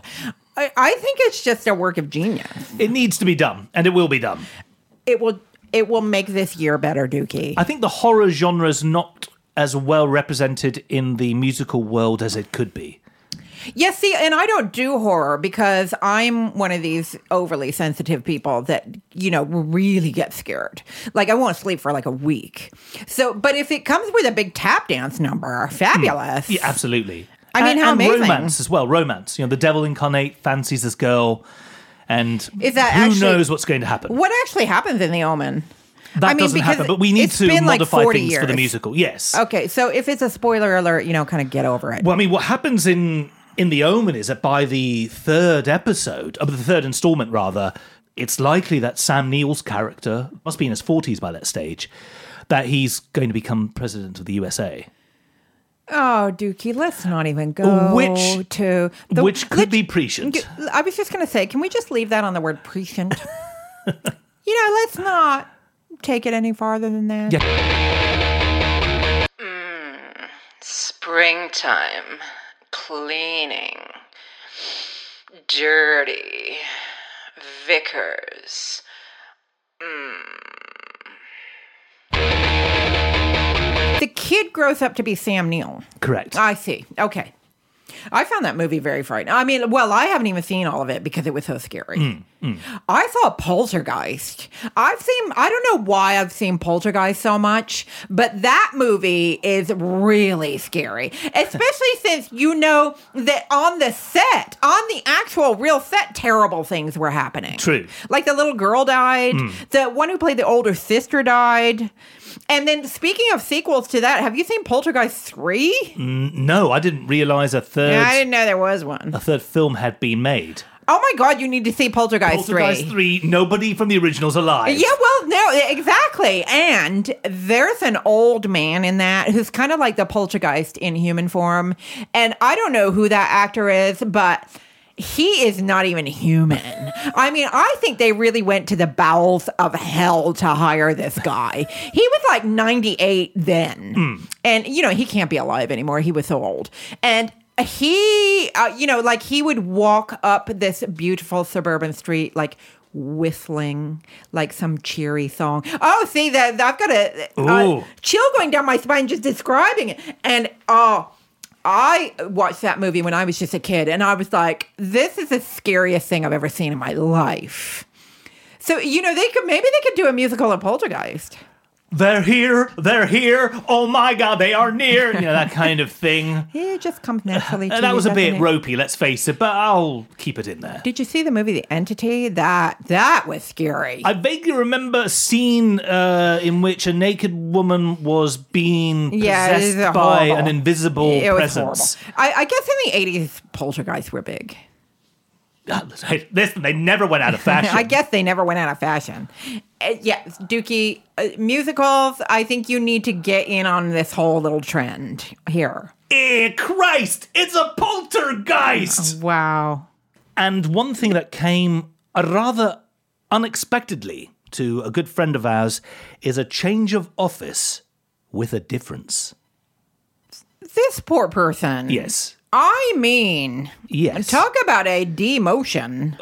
S4: I, I think it's just a work of genius.
S3: It needs to be done, and it will be done.
S4: it will it will make this year better, Dookie.
S3: I think the horror genre is not as well represented in the musical world as it could be.
S4: yes, see, and I don't do horror because I'm one of these overly sensitive people that you know really get scared. Like I won't sleep for like a week. So, but if it comes with a big tap dance number, fabulous.
S3: Yeah, absolutely.
S4: I mean,
S3: and,
S4: how
S3: and
S4: amazing.
S3: romance as well. Romance. You know, the devil incarnate fancies this girl, and
S4: Is that
S3: who
S4: actually-
S3: knows what's going to happen.
S4: What actually happens in The Omen?
S3: that
S4: I mean,
S3: doesn't
S4: because
S3: happen. But we need
S4: it's
S3: to
S4: been, like,
S3: modify
S4: 40
S3: things for the
S4: years.
S3: musical. Yes.
S4: Okay, so if it's a spoiler alert, you know, kind of get over it.
S3: Well, I mean, what happens in in the Omen is that by the third episode, of the third installment rather, it's likely that Sam Neill's character must be in his forties by that stage. That he's going to become president of the USA,
S4: Oh, Dookie, let's not even go
S3: Which-
S4: to the,
S3: which could
S4: let's-
S3: be prescient.
S4: I was just going to say, can we just leave that on the word prescient? you know, let's not take it any farther than that.
S3: Yeah.
S9: Springtime. Cleaning. Dirty. Vickers.
S4: The kid grows up to be Sam Neill.
S3: Correct.
S4: I see. Okay. I found that movie very frightening. I mean, well, I haven't even seen all of it because it was so scary. I saw Poltergeist. I've seen, I don't know why I've seen Poltergeist so much, but that movie is really scary, especially since you know that on the set, on the actual real set, terrible things were happening.
S3: True.
S4: Like the little girl died, the one who played the older sister died. And then speaking of sequels to that, have you seen Poltergeist 3?
S3: no, I didn't realize a third
S4: Yeah, I didn't know there was one.
S3: a third film had been made.
S4: Oh my god, you need to see Poltergeist,
S3: Poltergeist 3. Nobody from the original's alive.
S4: Yeah, well, no, No, exactly. And there's an old man in that who's kind of like the poltergeist in human form. And I don't know who that actor is, but he is not even human. I mean, I think they really went to the bowels of hell to hire this guy. He was like 98 then. And, you know, he can't be alive anymore. He was so old. And he uh, you know like he would walk up this beautiful suburban street like whistling like some cheery song oh see that i've got a uh,
S3: Ooh.
S4: chill going down my spine just describing it and oh I watched that movie when I was just a kid, and I was like, "This is the scariest thing I've ever seen in my life." So you know, they could maybe they could do a musical of Poltergeist.
S3: They're here, they're here. Oh my god, they are near. You know that kind of thing.
S4: It just comes naturally. to
S3: And that
S4: you,
S3: was a
S4: doesn't
S3: bit
S4: it?
S3: ropey, let's face it, but I'll keep it in there.
S4: Did you see the movie The Entity? That that was scary.
S3: I vaguely remember a scene uh, in which a naked woman was being
S4: Yeah, it is
S3: possessed by
S4: horrible.
S3: an invisible
S4: it was
S3: presence.
S4: horrible. I, I guess in the eighties, poltergeists were big.
S3: Listen, they never went out of fashion.
S4: I guess they never went out of fashion. Uh, yes, Dookie, uh, musicals. I think you need to get in on this whole little trend here.
S3: Eh, Christ, it's a poltergeist!
S4: Wow.
S3: Oh. And one thing that came uh, rather unexpectedly to a good friend of ours is a change of office with a difference.
S4: This poor person.
S3: Yes.
S4: I mean,
S3: Yes.
S4: talk about a demotion.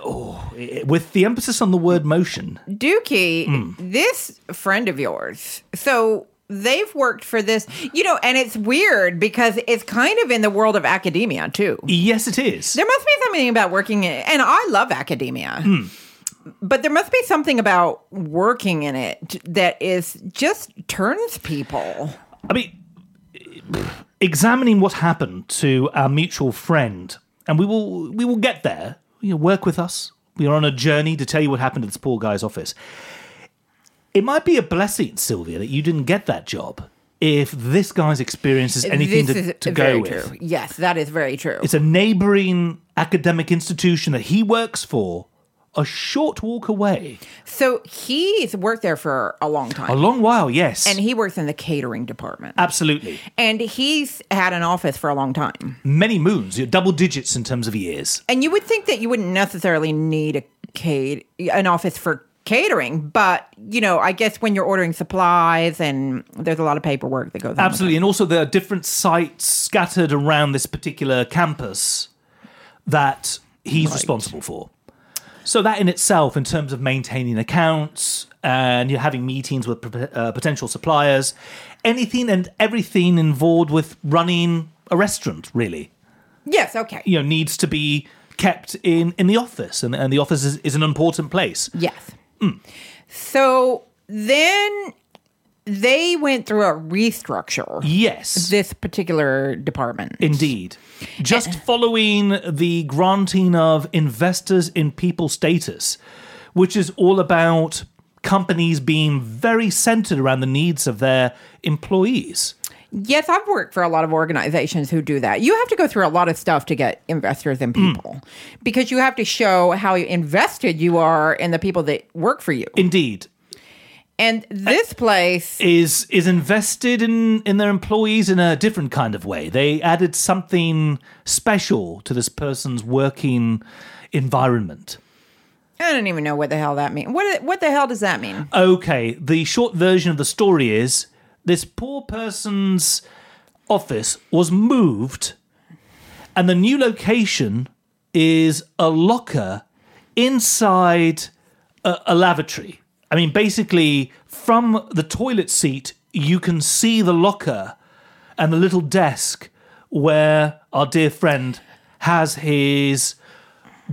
S3: Eh, With the emphasis on the word motion.
S4: Dookie,
S3: Hmm.
S4: this friend of yours. So they've worked for this, you know, and it's weird because it's kind of in the world of academia too.
S3: Yes, it is.
S4: There must be something about working, in, and I love academia.
S3: Hmm.
S4: But there must be something about working in it that is just turns people.
S3: I mean, examining what happened to our mutual friend, and we will we will get there. You know, work with us. We are on a journey to tell you what happened to this poor guy's office. It might be a blessing, Sylvia, that you didn't get that job. If this guy's experience is anything
S4: this
S3: to,
S4: is
S3: to
S4: very
S3: go with,
S4: true. Yes, that is very true.
S3: it's a neighbouring academic institution that he works for, a short walk away.
S4: so he's worked there for a long time.
S3: A long while, yes,
S4: and he works in the catering department.
S3: absolutely
S4: and he's had an office for a long time.
S3: many moons, double digits in terms of years.
S4: And you would think that you wouldn't necessarily need a cate- an office for catering, but you know, I guess when you're ordering supplies and there's a lot of paperwork that goes on. with
S3: Absolutely, and also there are different sites scattered around this particular campus that he's responsible for. So that in itself, in terms of maintaining accounts and you're having meetings with pot- uh, potential suppliers, anything and everything involved with running a restaurant really,
S4: it. Yes, okay.
S3: you know, needs to be kept in in the office, and, and the office is, is an important place.
S4: Yes. So then they went through a restructure
S3: Yes,
S4: this particular department.
S3: Indeed. Just following the granting of investors in people status, which is all about companies being very centered around the needs of their employees.
S4: Yes, I've worked for a lot of organizations who do that. You have to go through a lot of stuff to get investors and people because you have to show how invested you are in the people that work for you.
S3: Indeed.
S4: And this place,
S3: Is is invested in, in their employees in a different kind of way. They added something special to this person's working environment.
S4: I don't even know what the hell that means. What what the hell does that
S3: Uh,
S4: mean?
S3: okay, the short version of the story is this poor person's office was moved, and the new location is a locker inside a, a lavatory. I mean, basically, from the toilet seat, you can see the locker and the little desk where our dear friend has his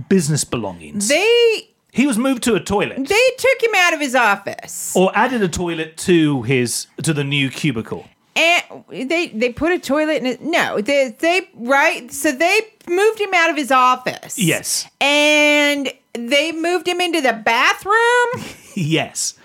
S3: business belongings.
S4: They
S3: he was moved to a toilet
S4: they took him out of his office
S3: or added a toilet to his to the new cubicle.
S4: and they they put a toilet in it. No, they they right. So they moved him out of his office.
S3: Yes.
S4: and they moved him into the bathroom,
S3: Yes,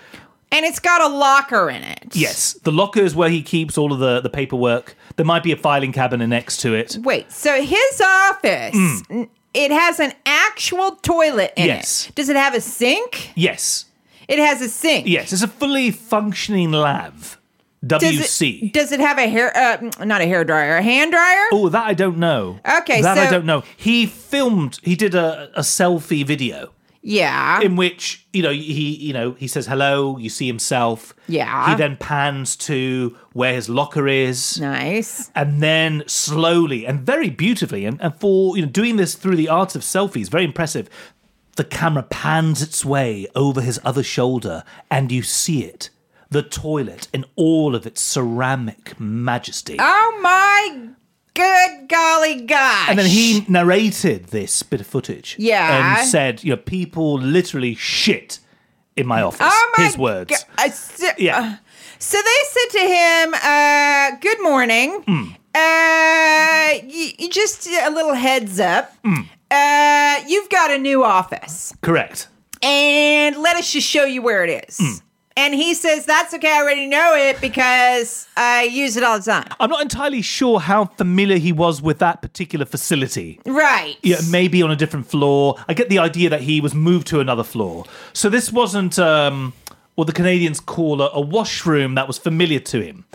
S4: and it's got a locker in it.
S3: yes. The locker is where he keeps all of the the paperwork. There might be a filing cabinet next to it.
S4: Wait, so his office. n- It has an actual toilet in
S3: Mm. Yes.
S4: it. Does it have a sink?
S3: Yes,
S4: It has a sink.
S3: Yes, it's a fully functioning lav.
S4: Does
S3: WC.
S4: it, does it have a hair? Uh, not a hair dryer, a hand dryer.
S3: Oh, that I don't know.
S4: Okay,
S3: that I
S4: so-
S3: don't know. He filmed. He did a, a selfie video
S4: Yeah,
S3: in which you know he you know he says hello. You see himself.
S4: Yeah.
S3: He then pans to where his locker is,
S4: nice.
S3: and then slowly and very beautifully, and, and for you know doing this through the art of selfies, very impressive. The camera pans its way over his other shoulder, and you see it. The toilet in all of its ceramic majesty.
S4: Oh my good golly gosh!
S3: And then he narrated this bit of footage.
S4: Yeah.
S3: And said, you know, people literally shit in my office.
S4: Oh my
S3: His words.
S4: go- uh, so,
S3: Yeah.
S4: so they said to him, uh, "Good morning.
S3: Hmm.
S4: Uh, y- y- just a little heads up.
S3: Hmm.
S4: Uh, you've got a new office,
S3: Correct.
S4: and let us just show you where it is."
S3: Hmm.
S4: And he says, "That's okay. I already know it because I use it all the time."
S3: I'm not entirely sure how familiar he was with that particular facility.
S4: Right.
S3: Yeah, maybe on a different floor. I get the idea that he was moved to another floor. So this wasn't um, what the Canadians call a, a washroom that was familiar to him.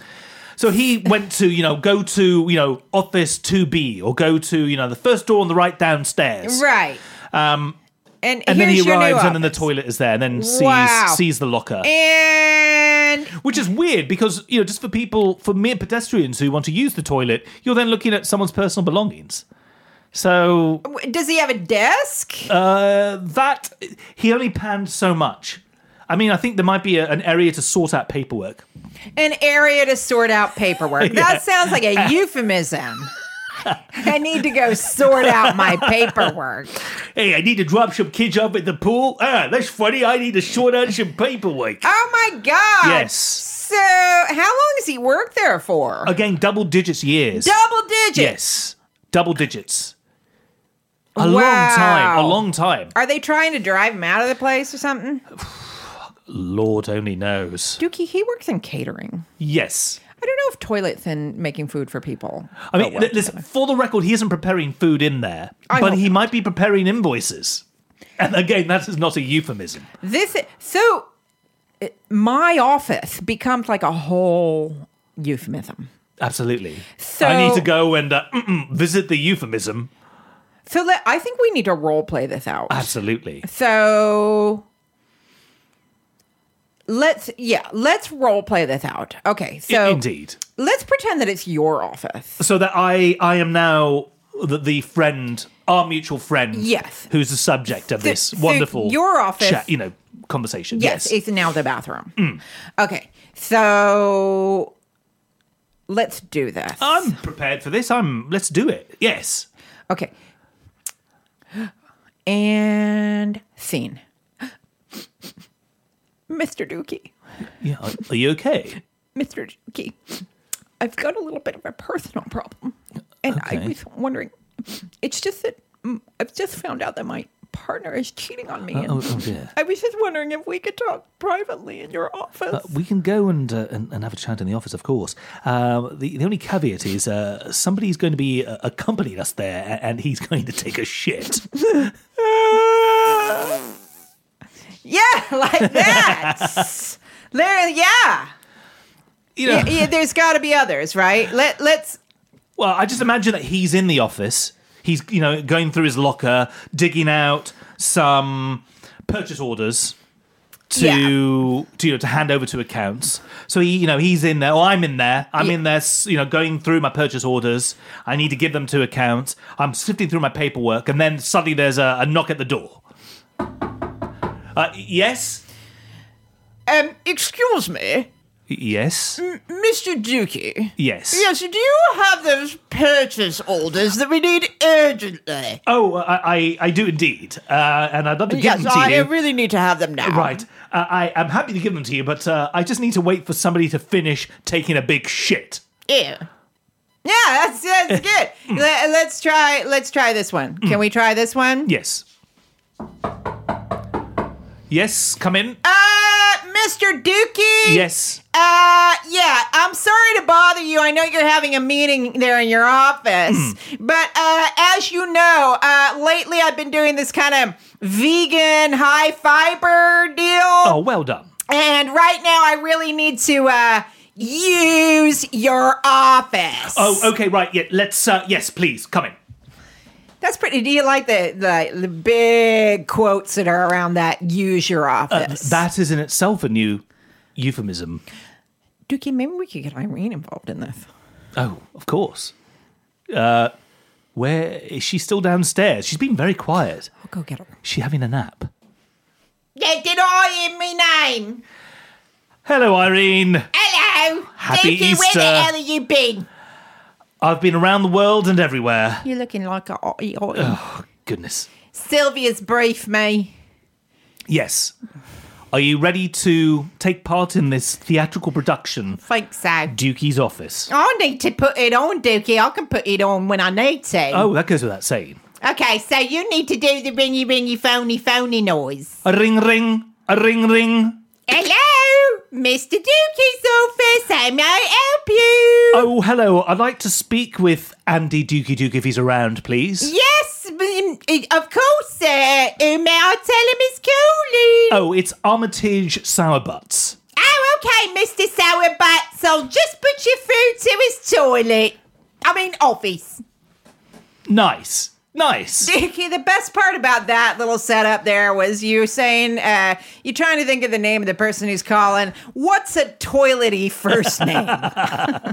S3: So he went to, you know, go to, you know, office 2B or go to, you know, the first door on the right downstairs.
S4: Right. Um, and
S3: and then
S4: here's
S3: he
S4: your new
S3: arrives and then the
S4: office.
S3: toilet is there and then sees
S4: Wow.
S3: sees the locker
S4: And
S3: which is weird because you know just for people for mere pedestrians who want to use the toilet you're then looking at someone's personal belongings so
S4: w- does he have a desk?
S3: uh, that he only panned so much i mean i think there might be a, an area to sort out paperwork
S4: an area to sort out paperwork.
S3: Yeah.
S4: That sounds like a euphemism. I need to go sort out my paperwork.
S3: hey i need to drop some kids off at the pool ah that's funny i need to sort out some paperwork
S4: Oh my God.
S3: Yes.
S4: So, how long has he worked there for?
S3: again double digits years
S4: Double digits.
S3: yes double digits a long
S4: Wow.
S3: time a long time
S4: Are they trying to drive him out of the place or something?
S3: lord only knows
S4: Dookie, he works in catering.
S3: Yes.
S4: I don't know if toilets and making food for people.
S3: I mean, li- listen, for the record, he isn't preparing food in there,
S4: Oh, I
S3: but
S4: hope
S3: he might be preparing invoices. And again, that is not a euphemism.
S4: This so uh, my office becomes like a whole euphemism.
S3: Absolutely.
S4: So
S3: I need to go and uh, mm-mm, visit the euphemism.
S4: So let, I think we need to role play this out.
S3: Absolutely.
S4: So let's yeah, let's role play this out. Okay, so
S3: Indeed.
S4: let's pretend that it's your office.
S3: So that I, I am now the, the friend, our mutual friend,
S4: Yes.
S3: who's the subject of
S4: Th-
S3: this
S4: so
S3: wonderful
S4: your office-
S3: chat, you know, conversation. Yes.
S4: Yes, it's now the bathroom. Okay, so let's do this.
S3: I'm prepared for this. I'm. Let's do it. Yes.
S4: okay, and scene. Mr. Dookie,
S3: Yeah. Are, are you okay?
S4: Mr. Dookie, I've got a little bit of a personal problem. And I
S3: Okay.
S4: was wondering, it's just that mm, I've just found out that my partner is cheating on me. and
S3: oh, oh dear.
S4: I was just wondering if we could talk privately in your office.
S3: Uh, we can go and, uh, and and have a chat in the office, of course. Um, the the only caveat is uh, somebody's going to be uh, accompanying us there, a- and he's going to take a shit.
S4: yeah, like that. there, yeah.
S3: You know,
S4: yeah, yeah, There's got to be others, right? Let Let's.
S3: well, I just imagine that he's in the office. He's you know going through his locker, digging out some purchase orders to to you know, to hand over to accounts. So he you know he's in there. Oh, I'm in there. I'm in there. s- You know, going through my purchase orders. I need to give them to accounts. I'm sifting through my paperwork, and then suddenly there's a, a knock at the door. Uh, yes,
S4: Um, excuse me,
S3: yes,
S4: Mr. Dookie.
S3: yes.
S4: do you have those purchase orders that we need urgently?
S3: Oh, I, I I do indeed, uh, and I'd love to give them to you.
S4: really need to have them now.
S3: Right. Uh, I am happy to give them to you, but uh, I just need to wait for somebody to finish taking a big shit.
S4: Yeah. Yeah, that's that's good. Let, let's try let's try this one. Can we try this one?
S3: Yes. Yes, come in.
S4: Uh, Mr. Dookie.
S3: Yes.
S4: Uh, yeah, I'm sorry to bother you. I know you're having a meeting there in your office.
S3: Mm.
S4: But uh, as you know, uh, lately I've been doing this kind of vegan, high fiber deal.
S3: Oh, well done.
S4: And right now I really need to uh, use your office.
S3: Oh, okay, right. Yeah, let's. Uh, yes, please come in.
S4: That's pretty. Do you like the, the, the big quotes that are around that use your
S3: Uh,
S4: office?
S3: That is in itself a new euphemism.
S4: Dookie, maybe we could get Irene involved in this.
S3: Oh, of course. Uh, where is she? Still downstairs. She's been very quiet.
S4: I'll go get her.
S3: Is she having a nap?
S4: They did I in my name.
S3: Hello, Irene.
S4: Hello.
S3: Happy
S4: Dookie,
S3: Easter.
S4: where the hell have you been?
S3: I've been around the world and everywhere.
S4: You're looking like a oi, oi.
S3: Goodness.
S4: Sylvia's brief me.
S3: Yes. Are you ready to take part in this theatrical production,
S4: Think so.
S3: Dukey's Office?
S4: I need to put it on, Dookie. I can put it on when I need to.
S3: Oh, that goes without saying.
S4: Okay, so you need to do the ringy ringy phony phony noise.
S3: A ring ring, a ring ring.
S4: Hello, Mr. Dookie's office. How may I help you?
S3: Oh, hello. I'd like to speak with Andy Dukey Duke if he's around, please.
S4: Yes, um, it- of course, sir. Who may I tell him is calling?
S3: Oh, it's Armitage Sourbutts.
S4: Oh, okay, Mr. Sourbutts. I'll just put you through to his toilet. I mean, office.
S3: Nice. Nice.
S4: Dickie, the best part about that little setup there was you saying, uh, you're trying to think of the name of the person who's calling. What's a toilety first name?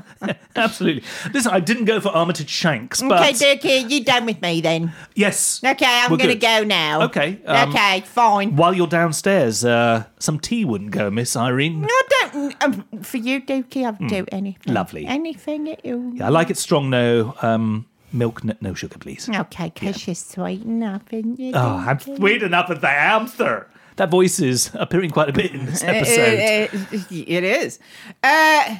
S3: Absolutely. Listen, I didn't go for Armitage Shanks,
S4: okay,
S3: but
S4: Dickie, you're done with me then.
S3: yes.
S4: Okay, I'm
S3: we're
S4: going to
S3: good.
S4: go now.
S3: Okay, um,
S4: okay, fine.
S3: While you're downstairs, uh, some tea wouldn't go amiss, Irene.
S4: I don't, um, for you, Dookie, I'll do anything.
S3: Hmm. Lovely.
S4: Anything at all.
S3: I like it strong, no um, milk, no, no sugar, please.
S4: Oh, Okay, because you're sweet enough, isn't you?
S3: Oh, I'm sweet enough as a hamster. That voice is appearing quite a bit in this episode.
S4: It- it- it is. Uh,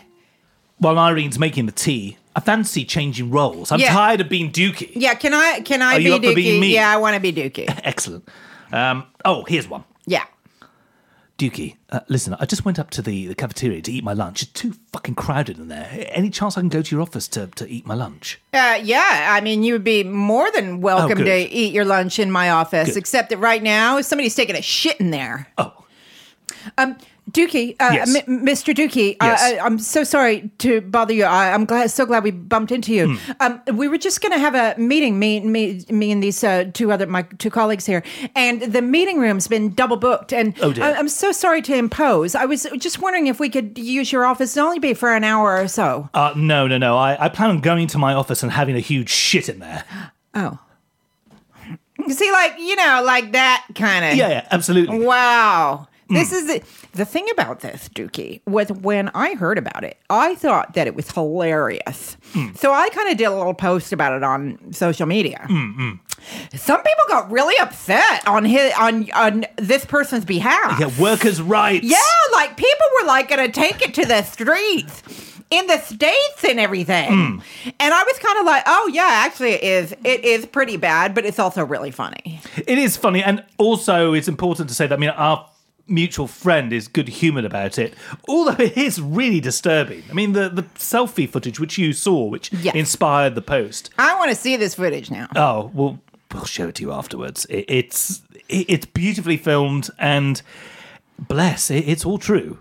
S3: While Irene's making the tea, I fancy changing roles. I'm
S4: Yeah.
S3: tired of being Dookie.
S4: yeah, can I can I
S3: Are
S4: be
S3: you up for
S4: Dookie?
S3: being me?
S4: Yeah, I want to be Dookie.
S3: Excellent. Um, oh, here's one.
S4: Yeah.
S3: Dookie, uh, listen, I just went up to the, the cafeteria to eat my lunch. It's too fucking crowded in there. Any chance I can go to your office to, to eat my lunch?
S4: Uh, yeah, I mean, you would be more than welcome
S3: Oh, good.
S4: to eat your lunch in my office,
S3: Good.
S4: except that right now somebody's taking a shit in there.
S3: Oh,
S4: Um, Dookie, uh,
S3: Yes.
S4: M- Mr. Dookie,
S3: Yes.
S4: uh, I, I'm so sorry to bother you. I, I'm glad, so glad we bumped into you.
S3: Hmm.
S4: Um, we were just going to have a meeting, me, me, me, and these uh, two other my two colleagues here, and the meeting room's been double booked. And
S3: Oh, dear.
S4: I, am so sorry to impose. I was just wondering if we could use your office. It'll only be for an hour or so.
S3: uh, no, no, no. I, I plan on going to my office and having a huge shit in there.
S4: oh, see, like you know, like that kind of
S3: Yeah, yeah, absolutely.
S4: Wow. This is the, the thing about this, Dookie, was when I heard about it, I thought that it was hilarious. So I kind of did a little post about it on social media. Some people got really upset on his on on this person's behalf.
S3: Yeah, workers' rights.
S4: Yeah, like people were like gonna take it to the streets in the states and everything. And I was kind of like, oh yeah, actually it is it is pretty bad, but it's also really funny.
S3: It is funny, and also it's important to say that I mean our mutual friend is good humoured about it, although it is really disturbing. I mean the the selfie footage which you saw, which
S4: Yes.
S3: inspired the post.
S4: I want to see this footage now.
S3: Oh well, we'll show it to you afterwards. It, it's it, it's beautifully filmed, and bless it, it's all true.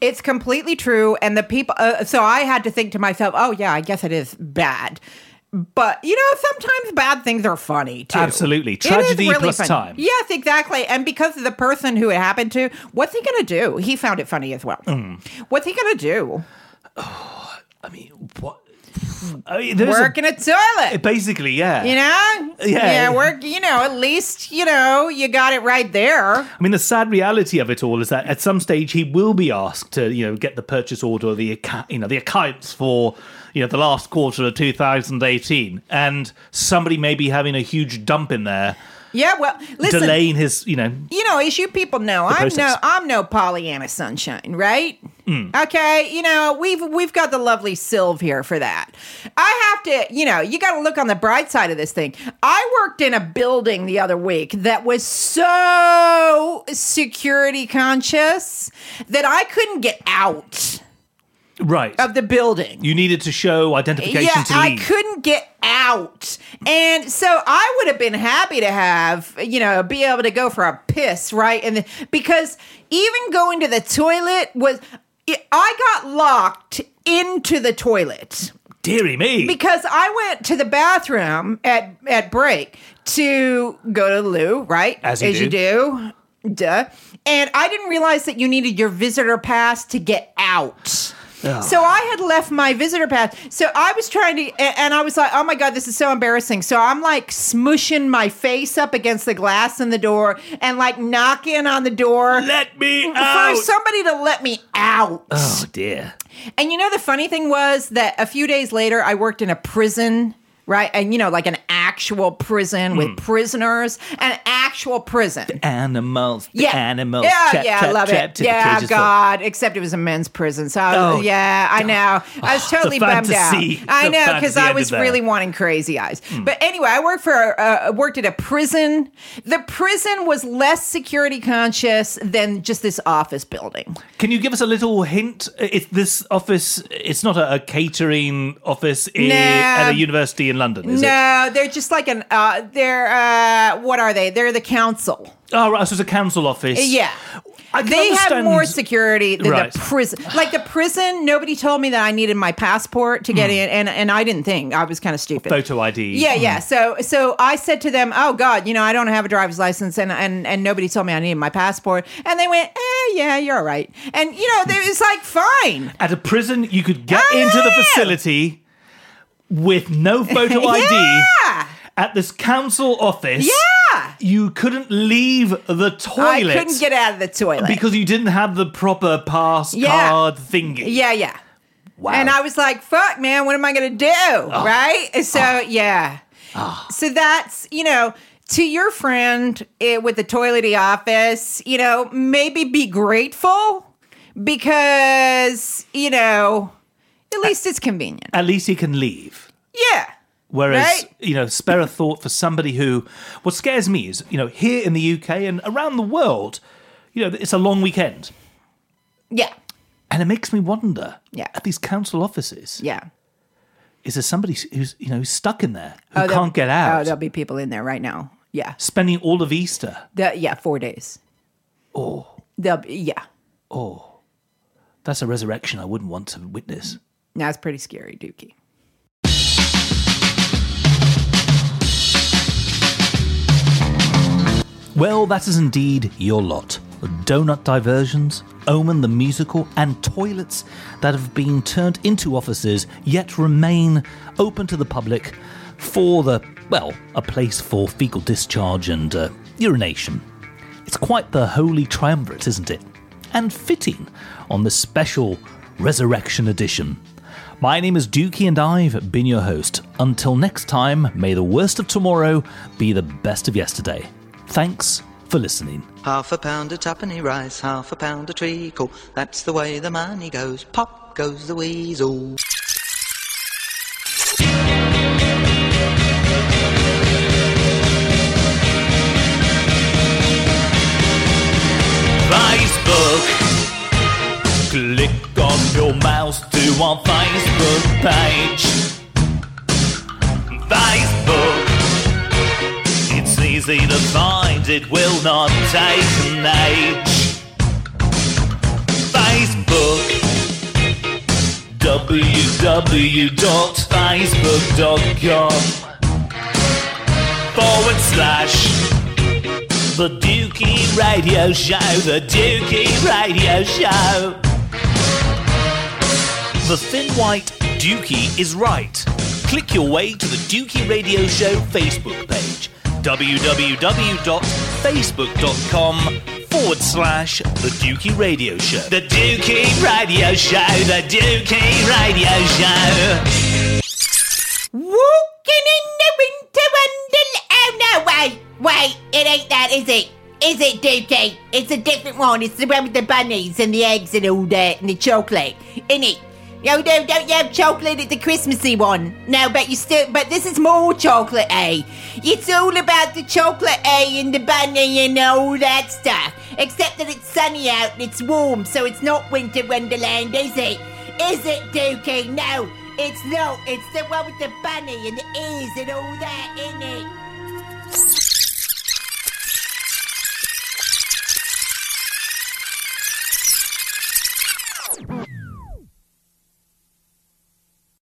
S4: It's completely true. And the people, uh, so I had to think to myself, oh, yeah, I guess it is bad. But, you know, sometimes bad things are funny, too.
S3: Absolutely.
S4: It is
S3: Tragedy plus time.
S4: Yes, exactly. And because the person who it happened to, what's he going to do? He found it funny as well.
S3: Mm.
S4: What's he going to do?
S3: I mean, what? I mean, there's Uh, a-
S4: Work in a toilet.
S3: basically, yeah.
S4: You know?
S3: Yeah.
S4: Yeah, work, you know, at least, you know, you got it right there.
S3: I mean, the sad reality of it all is that at some stage he will be asked to, you know, get the purchase order, the account, you know, the accounts for, you know, the last quarter of 2018, and somebody may be having a huge dump in there,
S4: Yeah, well, listen.
S3: delaying his, you know,
S4: You know, as you people know, I'm
S3: process.
S4: no I'm no Pollyanna sunshine, right?
S1: Okay, you know we've we've got the lovely Sylve here for that. I have to, you know, you got to look on the bright side of this thing. I worked in a building the other week that was so security conscious that I couldn't get out
S3: Right.
S1: of the building.
S3: you needed to show identification
S1: Uh, yeah,
S3: to
S1: I
S3: leave.
S1: couldn't get out, and so I would have been happy to have you know be able to go for a piss, right? And then, because even going to the toilet was, it, I got locked into the toilet
S3: Deary me.
S1: because I went to the bathroom at at break to go to the loo, right?
S3: As you do.
S1: do. Duh. And I didn't realize that you needed your visitor pass to get out. So I had left my visitor pass. So I was trying to, a- and I was like, "Oh my god, this is so embarrassing." So I'm like smushing my face up against the glass in the door, and like knocking on the door
S3: Let me
S1: for somebody to let me out.
S3: Oh dear.
S1: And you know the funny thing was that a few days later I worked in a prison, right? And you know, like an actual prison
S3: Hmm.
S1: with prisoners, an actual prison.
S3: Animals. the
S1: Yeah,
S3: Animals.
S1: Yeah,
S3: Trapped,
S1: yeah, I
S3: trapped,
S1: love
S3: trapped
S1: it.
S3: in the
S1: Yeah,
S3: cages full-
S1: God. Except it was a men's prison, so I was,
S3: Oh.
S1: yeah, I know. I was totally bummed out.
S3: fantasy.
S1: I
S3: The
S1: know because
S3: fantasy
S1: I
S3: ended
S1: was
S3: there. Hmm.
S1: really wanting crazy eyes. But anyway, I worked for uh, worked at a prison. The prison was less security conscious than just this office building.
S3: Can you give us a little hint? It's this office. It's not a, a catering office i-
S1: No.
S3: at a university in London, is it?
S1: no, they're just like an uh they're uh what are they? They're the council.
S3: Oh, right. So it's a council office.
S1: Yeah.
S3: I can
S1: They have
S3: understand-
S1: more security than
S3: Right.
S1: the prison. Like the prison, nobody told me that I needed my passport to get in and and I didn't think. I was kind of stupid.
S3: Photo ID.
S1: Yeah, yeah. So so I said to them, "Oh God, you know, I don't have a driver's license, and and and nobody told me I needed my passport." And they went, "Eh, yeah, you're all right." And you know, they, it's like fine.
S3: At a prison, you could get
S1: Oh,
S3: into the
S1: yeah.
S3: facility with no photo ID.
S1: Yeah,
S3: At this council office,
S1: Ah, yeah.
S3: you couldn't leave the
S1: I
S3: toilet
S1: couldn't get out of the toilet
S3: because you didn't have the proper pass
S1: Yeah.
S3: card thingy.
S1: Yeah, yeah.
S3: Wow. Oh.
S1: And I was like, fuck, man, what am I going to do? Right? And So, yeah. So that's, you know, to your friend eh, with the toilety office, you know, maybe be grateful because, you know, at least it's convenient.
S3: At least he can leave.
S1: Yeah.
S3: Whereas,
S1: Right?
S3: you know, spare a thought for somebody who, what scares me is, you know, here in the UK and around the world, you know, it's a long weekend.
S1: Yeah.
S3: And it makes me wonder
S1: Yeah.
S3: at these council offices,
S1: Yeah.
S3: is there somebody who's, you know, who's stuck in there, who
S1: Oh, there-
S3: can't get
S1: Oh,
S3: out,
S1: there'll be people in there right now. Yeah.
S3: spending all of Easter?
S1: The- yeah, four days.
S3: Oh,
S1: They'll be, yeah.
S3: that's a resurrection I wouldn't want to witness.
S1: That's pretty scary, Dookie.
S3: Well, that is indeed your lot. Donut diversions, Omen the musical, and toilets that have been turned into offices yet remain open to the public for the, well, a place for fecal discharge and uh, urination. It's quite the holy triumvirate, isn't it? And fitting on the special Resurrection Edition. My name is Dookie and I've been your host. Until next time, may the worst of tomorrow be the best of yesterday. Thanks for listening.
S10: Half a pound of tuppenny rice, half a pound of treacle. That's the way the money goes. Pop goes the weasel.
S3: Facebook. Click on your mouse to our Facebook page. Facebook. It's easy to find, it will not take an age. Facebook. www.facebook.com forward slash the Dookie Radio Show, the Dookie Radio Show. The thin white Dookie is right. Click your way to the Dookie Radio Show Facebook page www.facebook.com forward slash The Dookie Radio Show. The Dookie Radio Show, The Dookie Radio Show.
S11: Walking in the winter wonderland. Oh no, wait, wait, it ain't that, is it? Is it, Dookie? It's a different one.
S1: on, it's the one with the bunnies and the eggs and all that and the chocolate, in it? No, no, don't you have chocolate at the Christmassy one? No, but you still, but this is more chocolate, eh? It's all about the chocolate, eh, and the bunny and all that stuff. Except that it's sunny out and it's warm, so it's not winter wonderland, is it? Is it, Dookie? No, it's not. It's the one with the bunny and the ears and all that, in it?